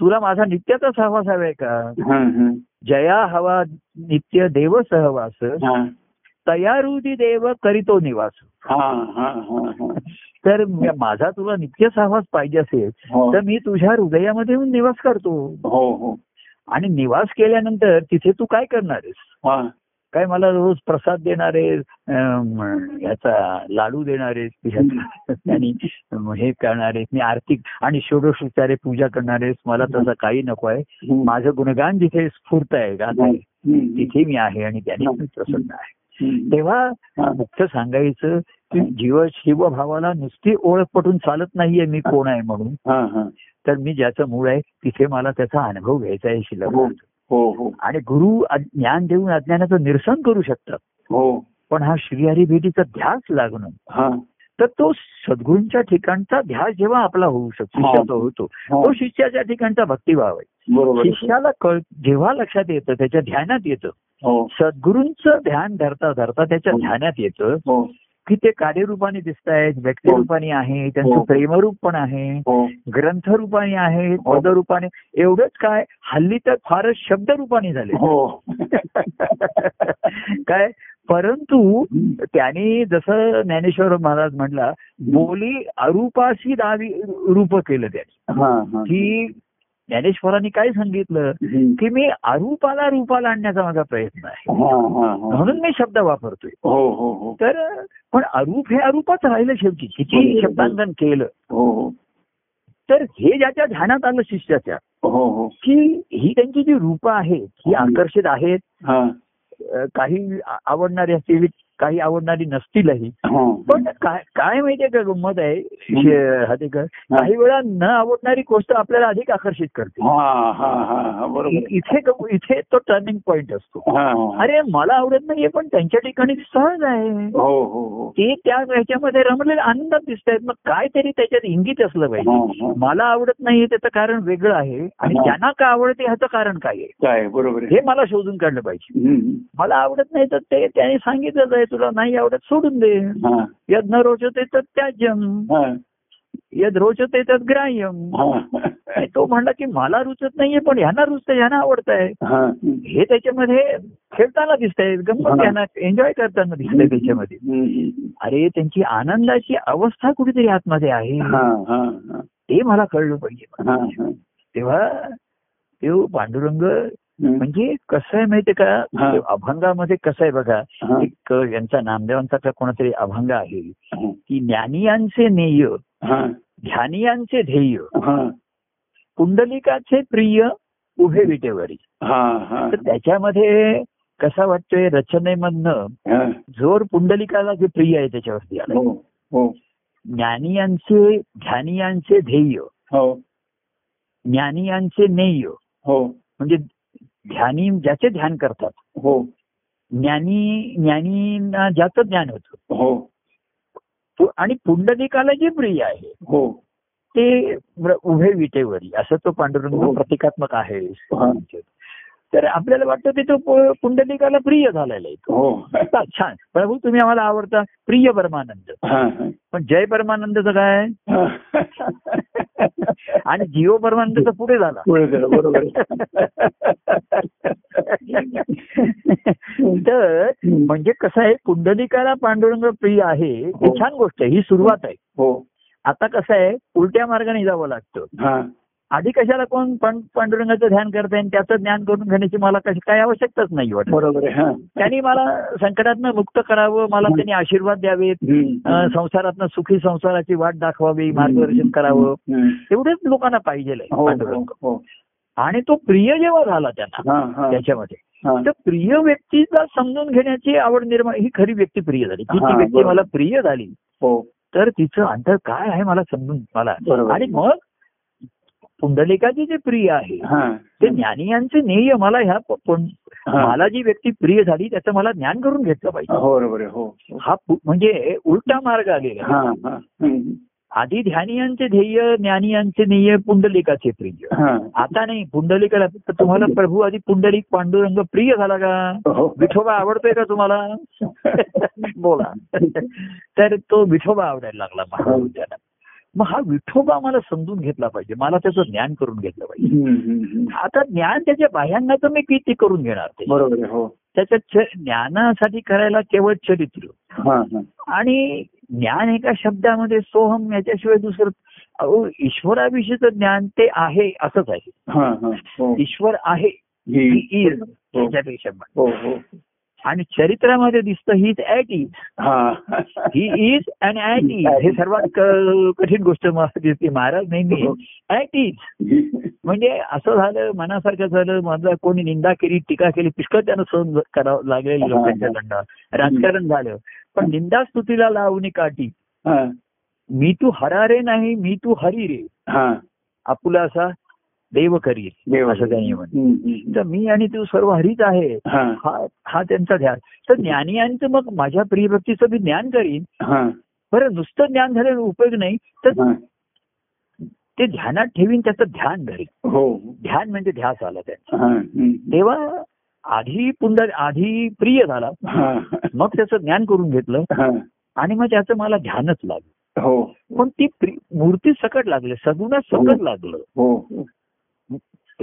A: तुला माझा नित्याचा सहवास हवाय का
B: हा. हा.
A: जया हवा नित्य देव सहवास
B: हा.
A: तयारुदी देव करीतो निवास
B: हा. हा. हा. हा.
A: तर म- माझा तुला नित्य सहवास पाहिजे असेल
B: हो.
A: तर मी तुझ्या हृदयामध्ये येऊन निवास करतो
B: हो हो
A: आणि निवास केल्यानंतर तिथे तू काय करणार आहेस
B: हा.
A: काय मला रोज प्रसाद देणार आहेस अम, याचा लाडू देणार आहेस तुझ्या आणि म हे करणार आहेस मी आर्थिक आणि षोडशोपचारे पूजा करणार आहेस मला तसं काही नको आहे
B: हम्म.
A: माझं गुणगान जिथे स्फूर्त आहे गात आहे,
B: हम्म.
A: तिथे मी आहे आणि त्याने मी प्रसन्न आहे
B: हम्म.
A: तेव्हा
B: हा.
A: मुख्य सांगायचं की जीव शिवभावाला नुसती ओळख पटून चालत नाहीये मी कोण आहे म्हणून
B: हा. हा.
A: तर मी ज्याचं मूळ आहे तिथे मला त्याचा अनुभव घ्यायचा आहे
B: हो.
A: शिल्लक
B: हो हो
A: आणि गुरु अ- ज्ञान देऊन अज्ञानाचं निरसन करू शकतात
B: हो
A: पण हा श्रीहरी भेटीचा ध्यास लागणं
B: हा
A: तर तो सद्गुरूंच्या ठिकाणचा ध्यास जेव्हा आपला होऊ शकतो
B: हा.
A: शिष्याचा होतो
B: हो.
A: तो शिष्याच्या ठिकाणचा भक्तिभाव आहे
B: बरोबर आहे.
A: शिष्याला कळ जेव्हा लक्षात येतं त्याच्या ध्यानात येतं
B: हो
A: सद्गुरूंचं ध्यान धरता धरता त्याच्या
B: हो.
A: ध्यानात येतं
B: हो
A: की ते कार्यरूपाने दिसत आहेत व्यक्तिरूपाने आहे त्यांचं
B: हो.
A: प्रेमरूप पण आहे
B: हो
A: ग्रंथरूपाने आहे
B: हो.
A: पदरूपाने एवढंच काय हल्ली तर फारच शब्दरूपाने झाले
B: हो
A: काय परंतु त्याने जसं ज्ञानेश्वर महाराज म्हणला
B: हो.
A: बोली अरूपाशी दावी रूप केलं त्याने
B: हा हा
A: की ज्ञानेश्वरांनी काय सांगितलं
B: हम्म.
A: की मी अरूपाला रूपाला आणण्याचा माझा प्रयत्न आहे
B: हा हा हा
A: म्हणून मी शब्द वापरतोय
B: हो हो हो
A: तर पण अरूप हे अरूपच राहिलं शेवटी किती शब्दांकन केलं
B: हो हो
A: तर हे ज्याच्या ध्यानात आलं शिष्याच्या
B: हो हो
A: की ही त्यांची जी रूप आहेत ही आकर्षित आहेत
B: हा
A: अ, काही आ- आवडणारी असतील काही आवडणारी नसतीलही
B: हा
A: पण काय काय माहितीये का गंमत आहे शे- हातेकर काही वेळा न आवडणारी गोष्ट आपल्याला अधिक आकर्षित करते
B: हा हा हा हा हो, बरोबर हो.
A: इ- इथे ग- इथे तो टर्निंग पॉइंट असतो
B: आहे. हा हा.
A: अरे मला आवडत नाहीये पण त्यांच्या ठिकाणी सहज आहे
B: हो हो हो
A: ते त्या ह्याच्यामध्ये रमलेले आनंदात दिसत आहेत मग काहीतरी त्याच्यात इंगित असलं
B: हा,
A: पाहिजे
B: हा.
A: मला आवडत नाहीये त्याचं कारण वेगळं आहे आणि
B: हा.
A: त्यांना का आवडते ह्याचं कारण काय आहे
B: काय बरोबर आहे
A: हे मला शोधून काढलं पाहिजे
B: हम्म.
A: मला आवडत नाही तर ते त्याने सांगितलंच आहे तुला नाही आवडत सोडून दे
B: हा
A: यद न रोचते तर त्याज्यम
B: हा
A: यद रोचते तर ग्राह्यम
B: हा
A: आणि तो म्हणला की मला रुचत नाहीये पण ह्यांना रुचत ह्यांना आवडत आहे
B: हा
A: हे त्याच्यामध्ये खेळताना दिसतंय गंमत त्यांना एन्जॉय करताना दिसतंय त्याच्यामध्ये
B: हम्म.
A: अरे त्यांची आनंदाची अवस्था कुठेतरी आतमध्ये आहे
B: हा हा हा
A: ते मला कळलं पाहिजे
B: हा हा
A: तेव्हा तो पांडुरंग
B: हम्म.
A: म्हणजे कसं आहे माहितीये का
B: हा.
A: तो अभंगामध्ये कसं आहे बघा
B: हा.
A: एक यांचा नामदेवांचा का कोणातरी अभंग आहे
B: हा.
A: की ज्ञानियांचे नेय
B: हा
A: ध्यानियांचे ध्येय
B: हा
A: पुंडलिकाचे प्रिय उभे विटेवरी
B: हा हा
A: तर त्याच्यामध्ये कसा वाटतोय रचनेमधनं
B: हा.
A: जोर पुंडलिकाला जे प्रिय आहे त्याच्यावरती आला
B: हो हो
A: ज्ञानियांचे ध्यानियांचे ध्येय
B: हो
A: ज्ञानियांचे नेय
B: हो
A: म्हणजे ध्यानी ज्याचे ध्यान करतात
B: हो
A: ज्ञानी ज्ञानींना ज्याचं ज्ञान होतं
B: हो
A: पु- आणि पुंडलिकाला जे प्रिय आहे
B: हो
A: ते व्र- उभे विटेवरी असं तो
B: हो.
A: पांडुरंग प्रतिकात्मक आहे
B: हा.
A: तर आपल्याला वाटतं की तो पु- पुंडलिकाला प्रिय झालेला आहे
B: हो
A: चा- छान प्रभू तुम्ही आम्हाला आवडता प्रिय परमानंद
B: हा, हा.
A: पण जय परमानंदचं काय
B: हा.
A: आणि जीव परमानंदचा पुढे झाला
B: पुढे गेलं, बरोबर आहे.
A: तर म्हणजे कसं आहे पुंडलिकाला पांडुरंग प्रिय आहे हे
B: हो.
A: छान गोष्ट आहे ही सुरुवात आहे
B: हो
A: आता कसं आहे उलट्या मार्गाने जावं लागतं
B: हा
A: आधी कशाला कोण पण पांडुरंगाचं ध्यान करते आणि त्याचं ज्ञान करून घेण्याची मला कशी काय आवश्यकताच नाही वाटत
B: बरोबर आहे हा
A: त्यांनी मला संकटातनं मुक्त करावं मला
B: हं.
A: त्यांनी आशीर्वाद द्यावेत
B: Hmm.
A: अं,
B: हम्म.
A: संसारातनं सुखी संसाराची वाट दाखवावी
B: Hmm.
A: मार्गदर्शन करावं
B: हम्म.
A: एवढेच लोकांना पाहिजे
B: हो हो, हो
A: आणि तो प्रिय जेव्हा झाला त्यांना
B: हा हा
A: त्याच्यामध्ये
B: हा.
A: तर प्रिय व्यक्तीला समजून घेण्याची आवड निर्माण ही खरी व्यक्ती प्रिय झाली ती
B: हा,
A: ती व्यक्ती
B: बरोबर.
A: मला प्रिय झाली
B: हो
A: तर तिचं अंतर काय आहे मला समजून मला
B: बरोबर.
A: आणि मग पुंडलिकाचे जे प्रिय आहे
B: हा
A: ते ज्ञानी यांचे ध्येय मला ह्या प- पुं-
B: हा.
A: मला जी व्यक्ती प्रिय झाली त्याचं मला ज्ञान करून घेतलं पाहिजे
B: हो, बरोबर आहे हो
A: हा पु- म्हणजे उलटा मार्ग आलेला आहे.
B: हा हा हम्म.
A: आधी ध्यानी यांचे ध्येय ज्ञानी यांचे ध्येय पुंडलिकाचे प्रिय
B: हा
A: आता नाही पुंडलिकाला तर तुम्हाला प्रभू आधी पुंडलिक पांडुरंग प्रिय झाला का
B: हो
A: विठोबा आवडतोय का तुम्हाला बोला तर तो विठोबा आवडायला लागला महाराजांना मग हा विठोबा मला समजून घेतला पाहिजे मला त्याचं ज्ञान करून घेतलं पाहिजे
B: हम्म, हम्म, हम्म.
A: आता ज्ञान त्याच्या बाह्यांना मी किती करून घेणार ते
B: बरोबर आहे हो
A: त्याच्या च- ज्ञानासाठी करायला केवळ चरित्र
B: हा हा
A: आणि ज्ञान एका शब्दामध्ये सोहम याच्याशिवाय दुसरं अहो ईश्वराविषयीचं ज्ञान ते आहे असंच आहे
B: हा हा हो
A: ईश्वर आहे
B: ही.
A: ही is
B: हो
A: त्याच्यापेक्षा पण.
B: हो हो
A: आणि चरित्रामध्ये दिसतं ही ऍट इज
B: हा
A: ही इज अँड ऍट इज हे सर्वात क- कठीण गोष्ट मला दिसते महाराज नेहमी
B: हो.
A: ऍट इज
B: ही.
A: म्हणजे असं झालं मनासारखं झालं माझा कोणी निंदा केली टीका केली पुष्कळ त्यांना सहन करावं लागलेली लोकांच्या दंडात राजकारण झालं पण निंदा स्तुतीला लावणी काठी
B: हा
A: मी तू हरारे नाही मी तू हरी रे
B: हा
A: आपुला असा देव करी असं त्यांनी म्हणलं
B: हम्म, हम्म.
A: तर मी आणि तू सर्व हरीच आहे
B: हा
A: हा हा त्यांचा ध्यान तर ज्ञानियांचं मग माझ्या प्रिय व्यक्तीचं मी ज्ञान करीन
B: हा
A: बरं नुसतं ज्ञान झालं उपयोग नाही तर
B: हा
A: ते ध्यानात ठेवीन त्याचं ध्यान धरेल
B: हो
A: ध्यान म्हणजे ध्यास आला त्याचा
B: हा हम्म.
A: तेव्हा आधी पुंड आधी प्रिय झाला
B: हा
A: मग त्याचं ज्ञान करून घेतलं
B: हा
A: आणि मग त्याचं मला ध्यानच लागलं
B: हो
A: पण ती प्रि- मूर्ती सकट लागली सगुणात सकट लागलं
B: हो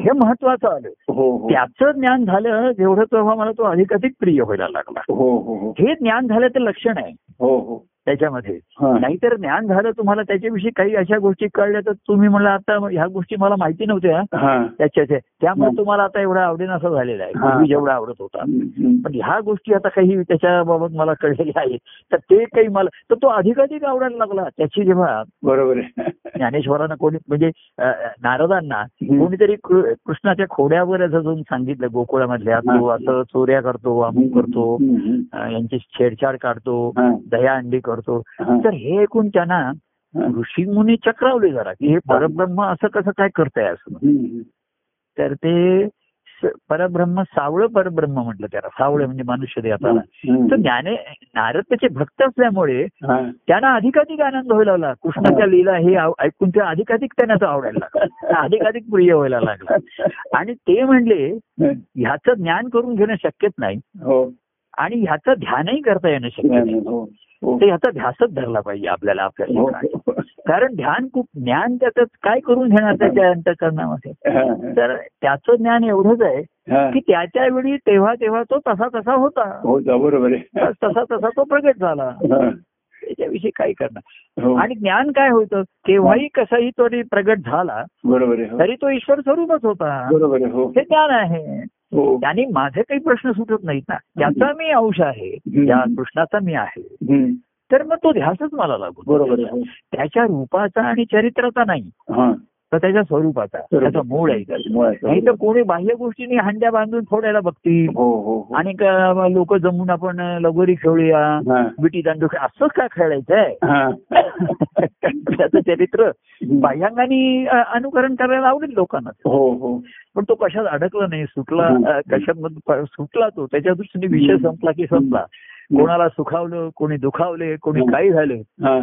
A: हे महत्वाचं आलं
B: हो हो
A: त्याचं ज्ञान झालं जेवढं तेव्हा मला तो अधिकाधिक प्रिय व्हायला लागला
B: हो हो हो
A: हे ज्ञान झालं ते लक्षण आहे
B: हो हो
A: त्याच्यामध्ये
B: हा
A: नाहीतर ज्ञान झालं तुम्हाला त्याच्याविषयी काही अशा गोष्टी कळल्या तर तुम्ही म्हणलं आता ह्या गोष्टी मला माहिती नव्हत्या
B: हा
A: त्याच्या त्यामुळे
B: हं.
A: तुम्हाला आता एवढा आवडेन असं झालेलं आहे
B: हां.
A: पूर्वी जेवढा आवडत होता
B: हम्म, हम्म.
A: पण ह्या गोष्टी आता काही त्याच्याबाबत मला कळलेल्या आहेत तर ते काही मला तर तो अधिकाधिक आवडायला लागला त्याची जेव्हा
B: बरोबर आहे
A: ज्ञानेश्वरांना कोणी म्हणजे अं, नारदांना
B: हं.
A: कोणीतरी कृ- कृष्णाच्या खोड्यावर असं जाऊन सांगितलं गोकुळामधल्या
B: हां.
A: तो असं चोऱ्या करतो अमुक करतो
B: हम्म, हम्म.
A: अं, यांची छेडछाड काढतो
B: हा,
A: दया अंडी करतो
B: हा,
A: तर हे ऐकून त्यांना
B: हा.
A: ऋषीमुनी चक्रावले जरा की हे परब्रह्म असं कसं काय करताय असं
B: हम्म, हम्म.
A: तर ते स- परब्रह्म सावळं परब्रह्म म्हटलं त्याला सावळं म्हणजे मनुष्य देवताला तर
B: हम्म.
A: ज्ञाने नारद त्याचे भक्त असल्यामुळे
B: हा.
A: त्यांना अधिकाधिक आनंद व्हायला लागला कृष्णाच्या
B: हो.
A: लीला हे आव- ऐकून ते अधिकाधिक त्यांना तो आवडायला लागला अधिकाधिक प्रिय व्हायला लागला आणि ते म्हणले ह्याचं ज्ञान करून घेणं शक्यच नाही
B: हो
A: आणि ह्याचं ध्यानही करता येणं शक्य नाही
B: हो हो
A: तर ह्याचा ध्यासच धरला पाहिजे आपल्याला आपल्या
B: हो.
A: ठिकाणी. कारण ध्यान खूप ज्ञान त्याचं काय करून घेणार त्याच्या अंतकरणामध्ये
B: हा, हा.
A: तर त्याचं ज्ञान एवढंच आहे
B: हा.
A: की त्या त्यावेळी तेव्हा तेव्हा तो तसा तसा होता
B: हो जा, बरोबर आहे
A: बस तसा तसा तो प्रगट झाला
B: हा.
A: त्याच्याविषयी काय करणार
B: हो
A: आणि ज्ञान काय होतं केव्हाही कसाही तो रे- प्रगट झाला
B: बरोबर आहे हो.
A: तरी तो ईश्वर स्वरूपच होता
B: बरोबर आहे हो
A: हे ज्ञान आहे
B: हो
A: त्याने माझे काही प्रश्न सुटत नाहीत ना त्याचा मी अंश आहे त्या कृष्णाचा मी आहे
B: हम्म.
A: तर मग तो ध्यासच मला लागू
B: बरोबर आहे हो.
A: त्याच्या रूपाचा आणि चरित्राचा नाही
B: हा
A: तर त्याच्या स्वरूपाचा त्याचा मूळ आहे
B: मुळाचं.
A: नाही तर कोणी बाह्य गोष्टीने हांड्या बांधून फोडायला बघतील
B: हो हो हो.
A: आणि लोक जमून आपण लगोरी खेळूया
B: हा.
A: विटी दांडू खेळ असं का खेळायचंय
B: हा.
A: त्याचं चरित्र बाह्यांगाने अ, अनुकरण करायला आवडेल लोकांना
B: हो हो
A: पण तो कशात अडकला नाही सुटला अ, कशात प- सुटला तो त्याच्या दृष्टीने विषय
B: हम्म.
A: संपला की संपला कोणाला सुखावलं कोणी दुखावले कोणी
B: हम्म.
A: काही झालं
B: हा.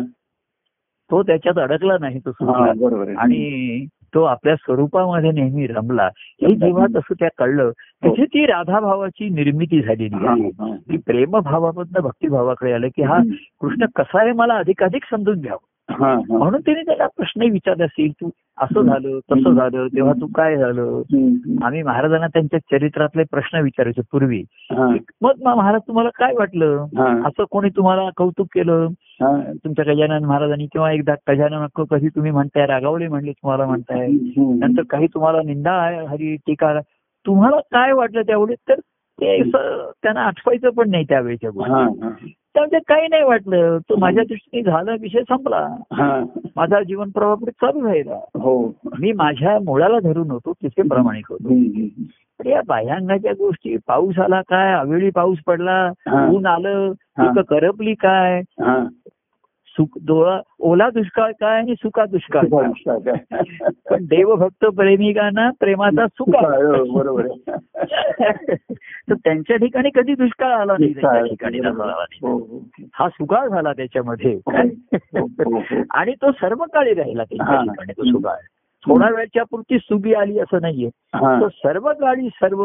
A: तो त्याच्यात अडकला नाही तो
B: हा,
A: सुटला
B: बरोबर आहे
A: आणि तो आपल्या स्वरूपामध्ये नेहमी रमला हे जेव्हा तसं त्या कळलं तिथे ती राधाभावाची निर्मिती झालेली
B: हो. हा,
A: आहे
B: हा.
A: की प्रेमभावामधनं भक्तिभावाकडे आलं की हा कृष्ण कसा आहे मला अधिकाधिक समजून घ्यावं
B: हा, हा.
A: म्हणून तिने त्याला प्रश्न विचारले असतील तू असं झालं तसं झालं तेव्हा तू काय झालं
B: हम्म,
A: आम्ही महाराजांना त्यांच्या चरित्रातले प्रश्न विचारायचो पूर्वी
B: हा,
A: मग मा- महाराज तुम्हाला काय वाटलं
B: हा,
A: असं कोणी तुम्हाला कौतुक केलं
B: हा.
A: तुमच्या गजानन महाराजांनी किंवा एकदा गजानन अक्क कधी तुम्ही म्हणताय रागावले म्हणले तुम्हाला म्हणताय
B: हम्म.
A: नंतर काही तुम्हाला निंदा हरी टीका तुम्हाला काय वाटलं त्यावेळी तर ते असं त्यांना आठवायचं पण नाही त्यावेळेच्या गोष्टी
B: हा, हा,
A: त्यामध्ये काही नाही वाटलं तो माझ्या दृष्टीने झाला विषय संपला
B: हा.
A: माझा जीवन प्रवाह पुढे चालू राहिला
B: हो
A: मी माझ्या मुळाला धरून होतो तिथे प्रामाणिक होतो
B: हम्म, हम्म.
A: पण या बाह्यांगाच्या गोष्टी पाऊस आला काय अवेळी पाऊस पडला
B: हा.
A: ऊन आलं
B: हा.
A: पिकं करपली काय
B: हा.
A: सुक डोळा ओला दुष्काळ काय आणि सुका दुष्काळ काय
B: बरोबर
A: पण देवभक्त प्रेमिकांना प्रेमाचा सुका
B: बरोबर
A: तर त्यांच्या ठिकाणी कधी दुष्काळ आला नाही त्यांच्या ठिकाणी
B: बरोबर.
A: आला नाही.
B: हो, हो.
A: हा सुगाळ झाला त्याच्यामध्ये
B: हो, हो.
A: आणि तो सर्व काळी राहिला त्यांच्या
B: हा.
A: ठिकाणी तो सुगाळ थोडा वेळच्या पुरती सुगी आली असं नाहीये
B: हा.
A: तो सर्व काळी सर्व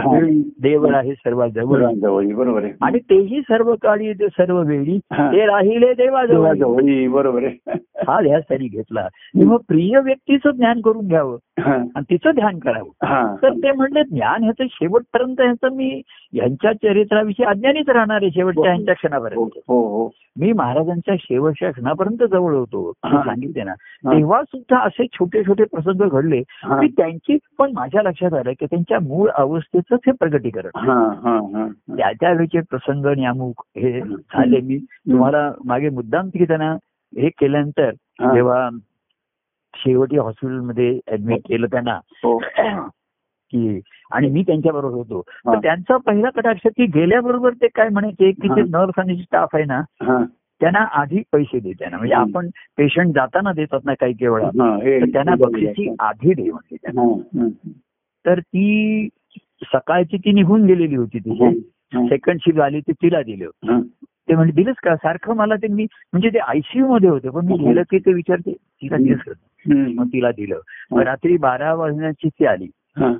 B: हा.
A: देव आहे सर्वाजवळ
B: देवाजवळ, बरोबर आहे
A: आणि तेही सर्व काळी ते सर्व वेळी
B: हा.
A: ते राहिले देवाजवळ
B: देवाजवळ, बरोबर आहे
A: हा ध्यास त्यांनी घेतला तेव्हा प्रिय व्यक्तीचं ज्ञान करून घ्यावं
B: हा.
A: आणि तिचं ध्यान करावं
B: हा.
A: तर ते म्हणले ज्ञान ह्याचं शेवटपर्यंत ह्याचं मी ह्यांच्या चरित्राविषयी अज्ञानीच राहणार आहे शेवटच्या ह्यांच्या
B: हो
A: क्षणापर्यंत
B: हो हो.
A: मी महाराजांच्या शेवटच्या क्षणापर्यंत जवळ होतो
B: हा.
A: मी सांगितले ना तेव्हा सुद्धा असे छोटे छोटे प्रसंग घडले
B: हा.
A: की त्यांची पण माझ्या लक्षात आलं की त्यांच्या मूळ अवस्थेचं हे प्रगटीकरण
B: हा, हा, हा.
A: त्या त्यावेळीचे म्हणजे प्रसंग आणि अमुक हे झाले मी तुम्हाला मागे मुद्दाम की त्यांना हे केल्यानंतर
B: हा.
A: जेव्हा शेवटी हॉस्पिटलमध्ये ऍडमिट केलं त्यांना
B: हो.
A: की आणि मी त्यांच्याबरोबर होतो
B: हा.
A: तर त्यांचा पहिला कटाक्ष की गेल्याबरोबर ते काय म्हणायचे की जे नर्स आणि स्टाफ आहे ना
B: हा.
A: त्यांना आधी पैसे दे त्यांना म्हणजे
B: हम्म.
A: आपण पेशंट जाताना देतात ना काही काही वेळा
B: हा, हे-
A: तर त्यांना बक्षिसी आधी दे म्हणजे त्यांना.
B: हा, हा.
A: तर ती सकाळची ती निघून गेलेली होती
B: हा,
A: तिथे
B: हा.
A: सेकंड शिफ्ट आली ती तिला दिलं
B: हा.
A: ते म्हणजे दिलंच का सारखं मला ते मी म्हणजे ते आयसीयू मध्ये होते पण मी
B: हम्म.
A: गेलं की ते विचारते तिला दिलंच का?
B: हम्म.
A: मग तिला दिलं मग रात्री बारा वाजण्याची ती आली
B: हा,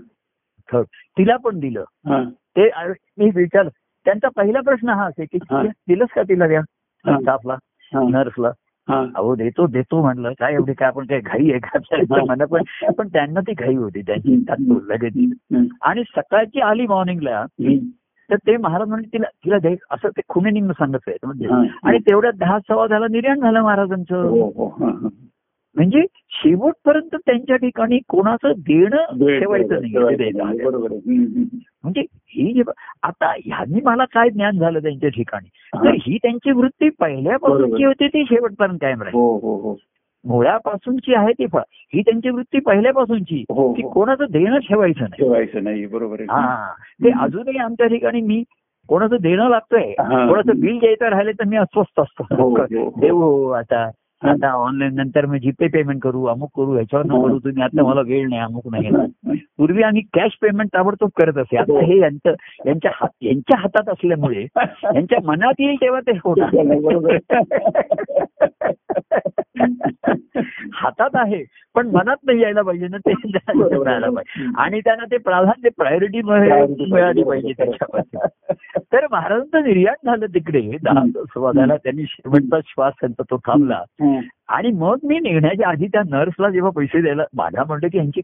A: थर्ड तिला पण दिलं
B: हा.
A: ते आ- मी विचार त्यांचा पहिला प्रश्न हा असे की
B: हा.
A: दिलंच का तिला द्या
B: हा.
A: स्टाफला
B: हा.
A: नर्सला
B: हा.
A: अहो देतो देतो म्हणलं काय एवढी काय आपण काय घाई आहे का आपल्याला म्हणा पण पण त्यांना ती घाई होती त्यांची
B: हम्म.
A: त्यात तो लगेच दिलं.
B: हम्म.
A: आणि सकाळची आली मॉर्निंगला
B: हम्म.
A: तर ते महाराज म्हणजे तिला तिला दे असं ते खुने निम्न सांगत आहेत म्हणजे
B: हा.
A: आणि तेवढ्यात दहा सव्वा झाला निर्याण झालं महाराजांचं
B: हो, हो. हा, हा.
A: म्हणजे शेवटपर्यंत त्यांच्या ठिकाणी कोणाचं देणं
B: वेळ-
A: ठेवायचं नाही ते
B: वेळ-
A: द्यायचं आहे.
B: बरोबर आहे. हम्म, हम्म.
A: म्हणजे ही जी आता ह्यांनी मला काय ज्ञान झालं त्यांच्या ठिकाणी
B: हा.
A: तर ही त्यांची वृत्ती पहिल्यापासून
B: बरोबर.
A: जी होती ती शेवटपर्यंत कायम राहील
B: हो हो हो
A: मुळापासूनची आहे ती फळ ही त्यांची वृत्ती पहिल्यापासूनची
B: हो, हो.
A: की कोणाचं देणं ठेवायचं नाही
B: ठेवायचं नाही बरोबर आहे
A: हा ते अजूनही आमच्या ठिकाणी मी कोणाचं देणं लागतंय
B: हा.
A: कोणाचं बिल द्यायचं राहिले तर मी अस्वस्थ असतो
B: हो, हो.
A: देऊ हो आता आता ऑनलाईन नंतर मी जीपे पेमेंट करू अमुक करू ह्याच्यावर
B: हा.
A: करू तुम्ही आता मला वेळ नाही अमुक नाही
B: हा.
A: पूर्वी आम्ही कॅश पेमेंट ताबडतोब करत असे आता
B: हो.
A: हे यांचं यांच्या हात यांच्या हातात असल्यामुळे यांच्या मनात येईल तेव्हा ते
B: हो, बरोबर
A: होणार हातात आहे पण मनात नाही यायला पाहिजे ना ते मिळायला पाहिजे आणि त्यांना ते प्राधान्य प्रायोरिटी मिळाली पाहिजे त्याच्यामध्ये तर महाराजांचं निर्याण झालं तिकडे दहा स्वादाला त्यांनी शेवटचा श्वास त्यांचा तो थांबला आणि मग मी निघण्याच्या आधी त्या नर्सला जेव्हा पैसे द्यायला माझ्या म्हणलं की यांची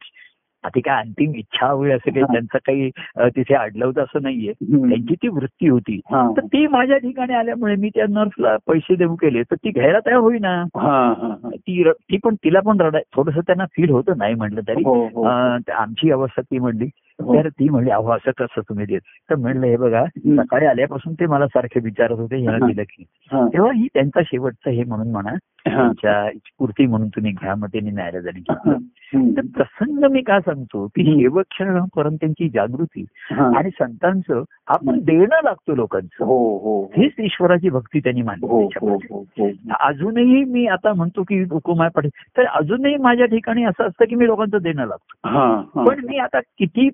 A: आधी काय अंतिम इच्छा होईल असं काही
B: हा.
A: त्यांचं काही अ, तिथे अडलं होतं असं नाहीये त्यांची ती वृत्ती होती
B: हा.
A: तर ती माझ्या ठिकाणी आल्यामुळे मी त्या नर्सला पैसे देऊ केले तर ती घ्यायला तयार होईना
B: हा, हा, हा.
A: ती र- ती पण तिला पण रडाय थोडस त्यांना फील होतं नाही म्हटलं तरी
B: हो, हो.
A: अं, त- आमची अवस्था ती म्हणली
B: हो.
A: तर ती म्हणली अहो असं कसं तुम्ही देत तर म्हणलं हे बघा
B: हम्म.
A: सकाळी आल्यापासून ते मला सारखे विचारत होते ह्याला
B: हा.
A: दिलं की
B: हा,
A: तेव्हा ही त्यांचा शेवटचं हे म्हणून म्हणा
B: हा.
A: तुमच्या पूर्ती म्हणून तुम्ही घ्या मग त्यांनी न्यायला जाणी घेतलं. तर
B: हम्म.
A: प्रसंग मी का सांगतो की शेवक्षणापर्यंत त्यांची जागृती
B: हा.
A: आणि संतांचं आपण देणं लागतो लोकांचं
B: हो हो
A: हीच ईश्वराची भक्ती त्यांनी मानली
B: हो हो
A: त्याच्यामध्ये.
B: हो हो
A: अजूनही मी आता म्हणतो की हुकुमाय पाठी तर अजूनही माझ्या ठिकाणी असं असतं की मी लोकांचं देणं लागतो
B: हा, हा.
A: पण मी आता किती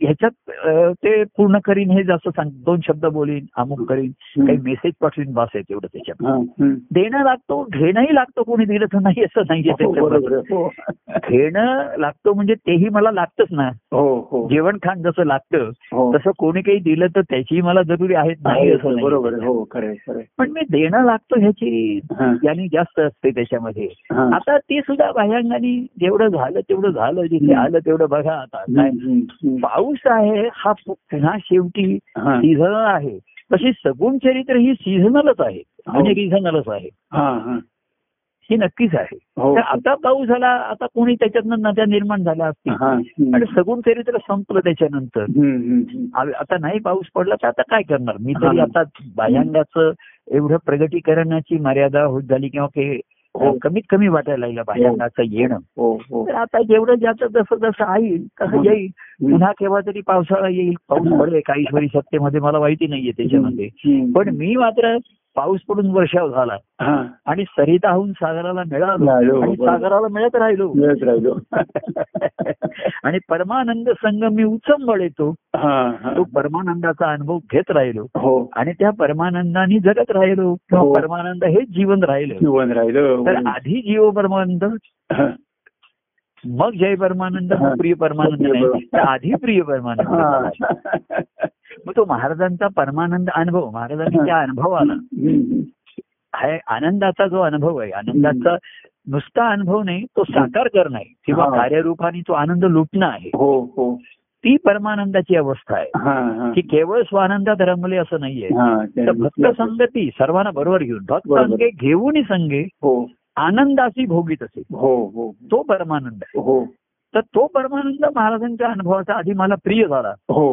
A: ह्याच्यात अं, ते पूर्ण करीन हे जास्त सांग दोन शब्द बोलीन अमुक करीन काही मेसेज पाठवीन बस आहे तेवढं त्याच्यात
B: हा, हम्म.
A: देणं लागतो घेणंही लागतो कोणी दिलं तर नाही असं नाहीये
B: हो, बरोबर
A: त्याच्याबरोबर
B: आहे. हो.
A: घेणं लागतो म्हणजे तेही मला लागतच ना
B: हो, हो.
A: जेवण खाण जसं लागतं
B: हो.
A: तसं कोणी काही दिलं तर त्याचीही मला जरुरी आहे नाही
B: आहे,
A: असं नाही
B: बरोबर आहे. हो खरं आहे, खरं आहे.
A: पण मी देणं लागतो ह्याची
B: हा,
A: याने जास्त असते त्याच्यामध्ये
B: हा.
A: आता ती सुद्धा भायंगाने जेवढं झालं तेवढं झालं जिथे
B: हम्म.
A: आलं तेवढं बघा आता काय
B: हम्म, हम्म.
A: पाऊस आहे हा पु- पुन्हा शेवटी
B: हा,
A: सीझन आहे तशी सगुण चरित्र ही सीझनलच आहे
B: हो.
A: म्हणजे रिझनलच आहे
B: हा, हा.
A: ही नक्कीच आहे
B: हो.
A: तर आता पाऊस झाला आता कोणी त्याच्यातनं नद्या निर्माण झाल्या असतील
B: हा, हम्म.
A: आणि सगुण चरित्र संपलं त्याच्यानंतर
B: हम्म, हम्म, हम्म.
A: आ- आता नाही पाऊस पडला तर आता काय करणार मी तरी
B: हा.
A: आता भायंगाचं एवढं प्रगतीकरणाची मर्यादा होत झाली किंवा ते
B: हो.
A: कमीत कमी वाटायला लागलं भायंगाचं येणं
B: हो, हो.
A: तर आता जेवढं ज्याचं जसं जसं येईल तसं
B: हं.
A: येईल
B: हं.
A: पुन्हा केव्हा तरी पावसाळा येईल पाऊस
B: हं.
A: पडेल काही वरी सत्तेमध्ये मला माहिती नाहीये त्याच्यामध्ये
B: हम्म.
A: पण मी मात्र पाऊस पडून वर्षाव झाला
B: हा.
A: आणि सरिताहून सागराला
B: मिळालो,
A: मिळालो आणि
B: बरोबर.
A: सागराला मिळत राहिलो
B: मिळत राहिलो
A: आणि परमानंद संघ मी उचंबळ येतो
B: हा, हा.
A: तो परमानंदाचा अनुभव घेत राहिलो
B: हो
A: आणि त्या परमानंदाने जगत राहिलो किंवा
B: हो.
A: परमानंद हे जीवन राहिलं
B: जीवन राहिलं
A: तर आधी जीव परमानंद
B: हा.
A: मग जय परमानंद मग प्रिय परमानंद नाही तर आधी प्रिय परमानंद
B: हा.
A: झाला. मग तो महाराजांचा परमानंद अनुभव महाराजांनी त्या अनुभवाला
B: हम्म.
A: हा आनंदाचा जो अनुभव आहे आनंदाचा नुसता अनुभव नाही तो साकार करणं आहे किंवा
B: हा.
A: कार्यरूपाने तो आनंद लुटणं आहे
B: हो हो
A: ती परमानंदाची अवस्था आहे
B: हा हा
A: की केवळ स्वानंदात रमले असं नाहीये
B: हा
A: तर
B: त्याने
A: भक्त
B: घेतलं.
A: संगती सर्वांना बरोबर घेऊन भक्त
B: बरोबर.
A: अंगे घेऊन संगे
B: हो
A: आनंदाशी भोगीत असे
B: हो हो
A: तो परमानंद आहे
B: हो
A: तर तो परमानंद महाराजांच्या अनुभवाचा आधी मला प्रिय झाला
B: हो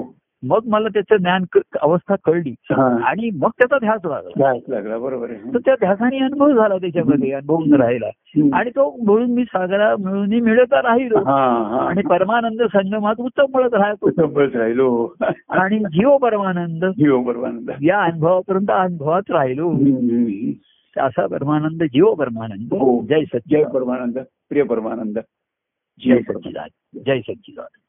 A: मग मला त्याचं ज्ञान क- अवस्था कळली
B: हा
A: आणि मग त्याचा ध्यास लागला
B: घ्यायच लागला बरोबर आहे
A: तर त्या ध्यासाने अनुभव झाला त्याच्यामध्ये अनुभवून राहिला
B: हम्म.
A: आणि तो मिळून मी सागरा मिळून मिळत राहिलो
B: हा हा
A: आणि परमानंद संगमात उत्तम मिळत राहतो
B: संपत राहिलो
A: आणि जीव परमानंद
B: जीव परमानंद
A: या अनुभवापर्यंत अनुभवात राहिलो
B: हम्म.
A: असा परमानंद जीव परमानंद
B: हो.
A: जय
B: जय
A: सच्चिदानंद
B: परमानंद प्रिय परमानंद
A: जय
B: परमानंद.
A: सच्चिदानंद जय सच्चिदानंद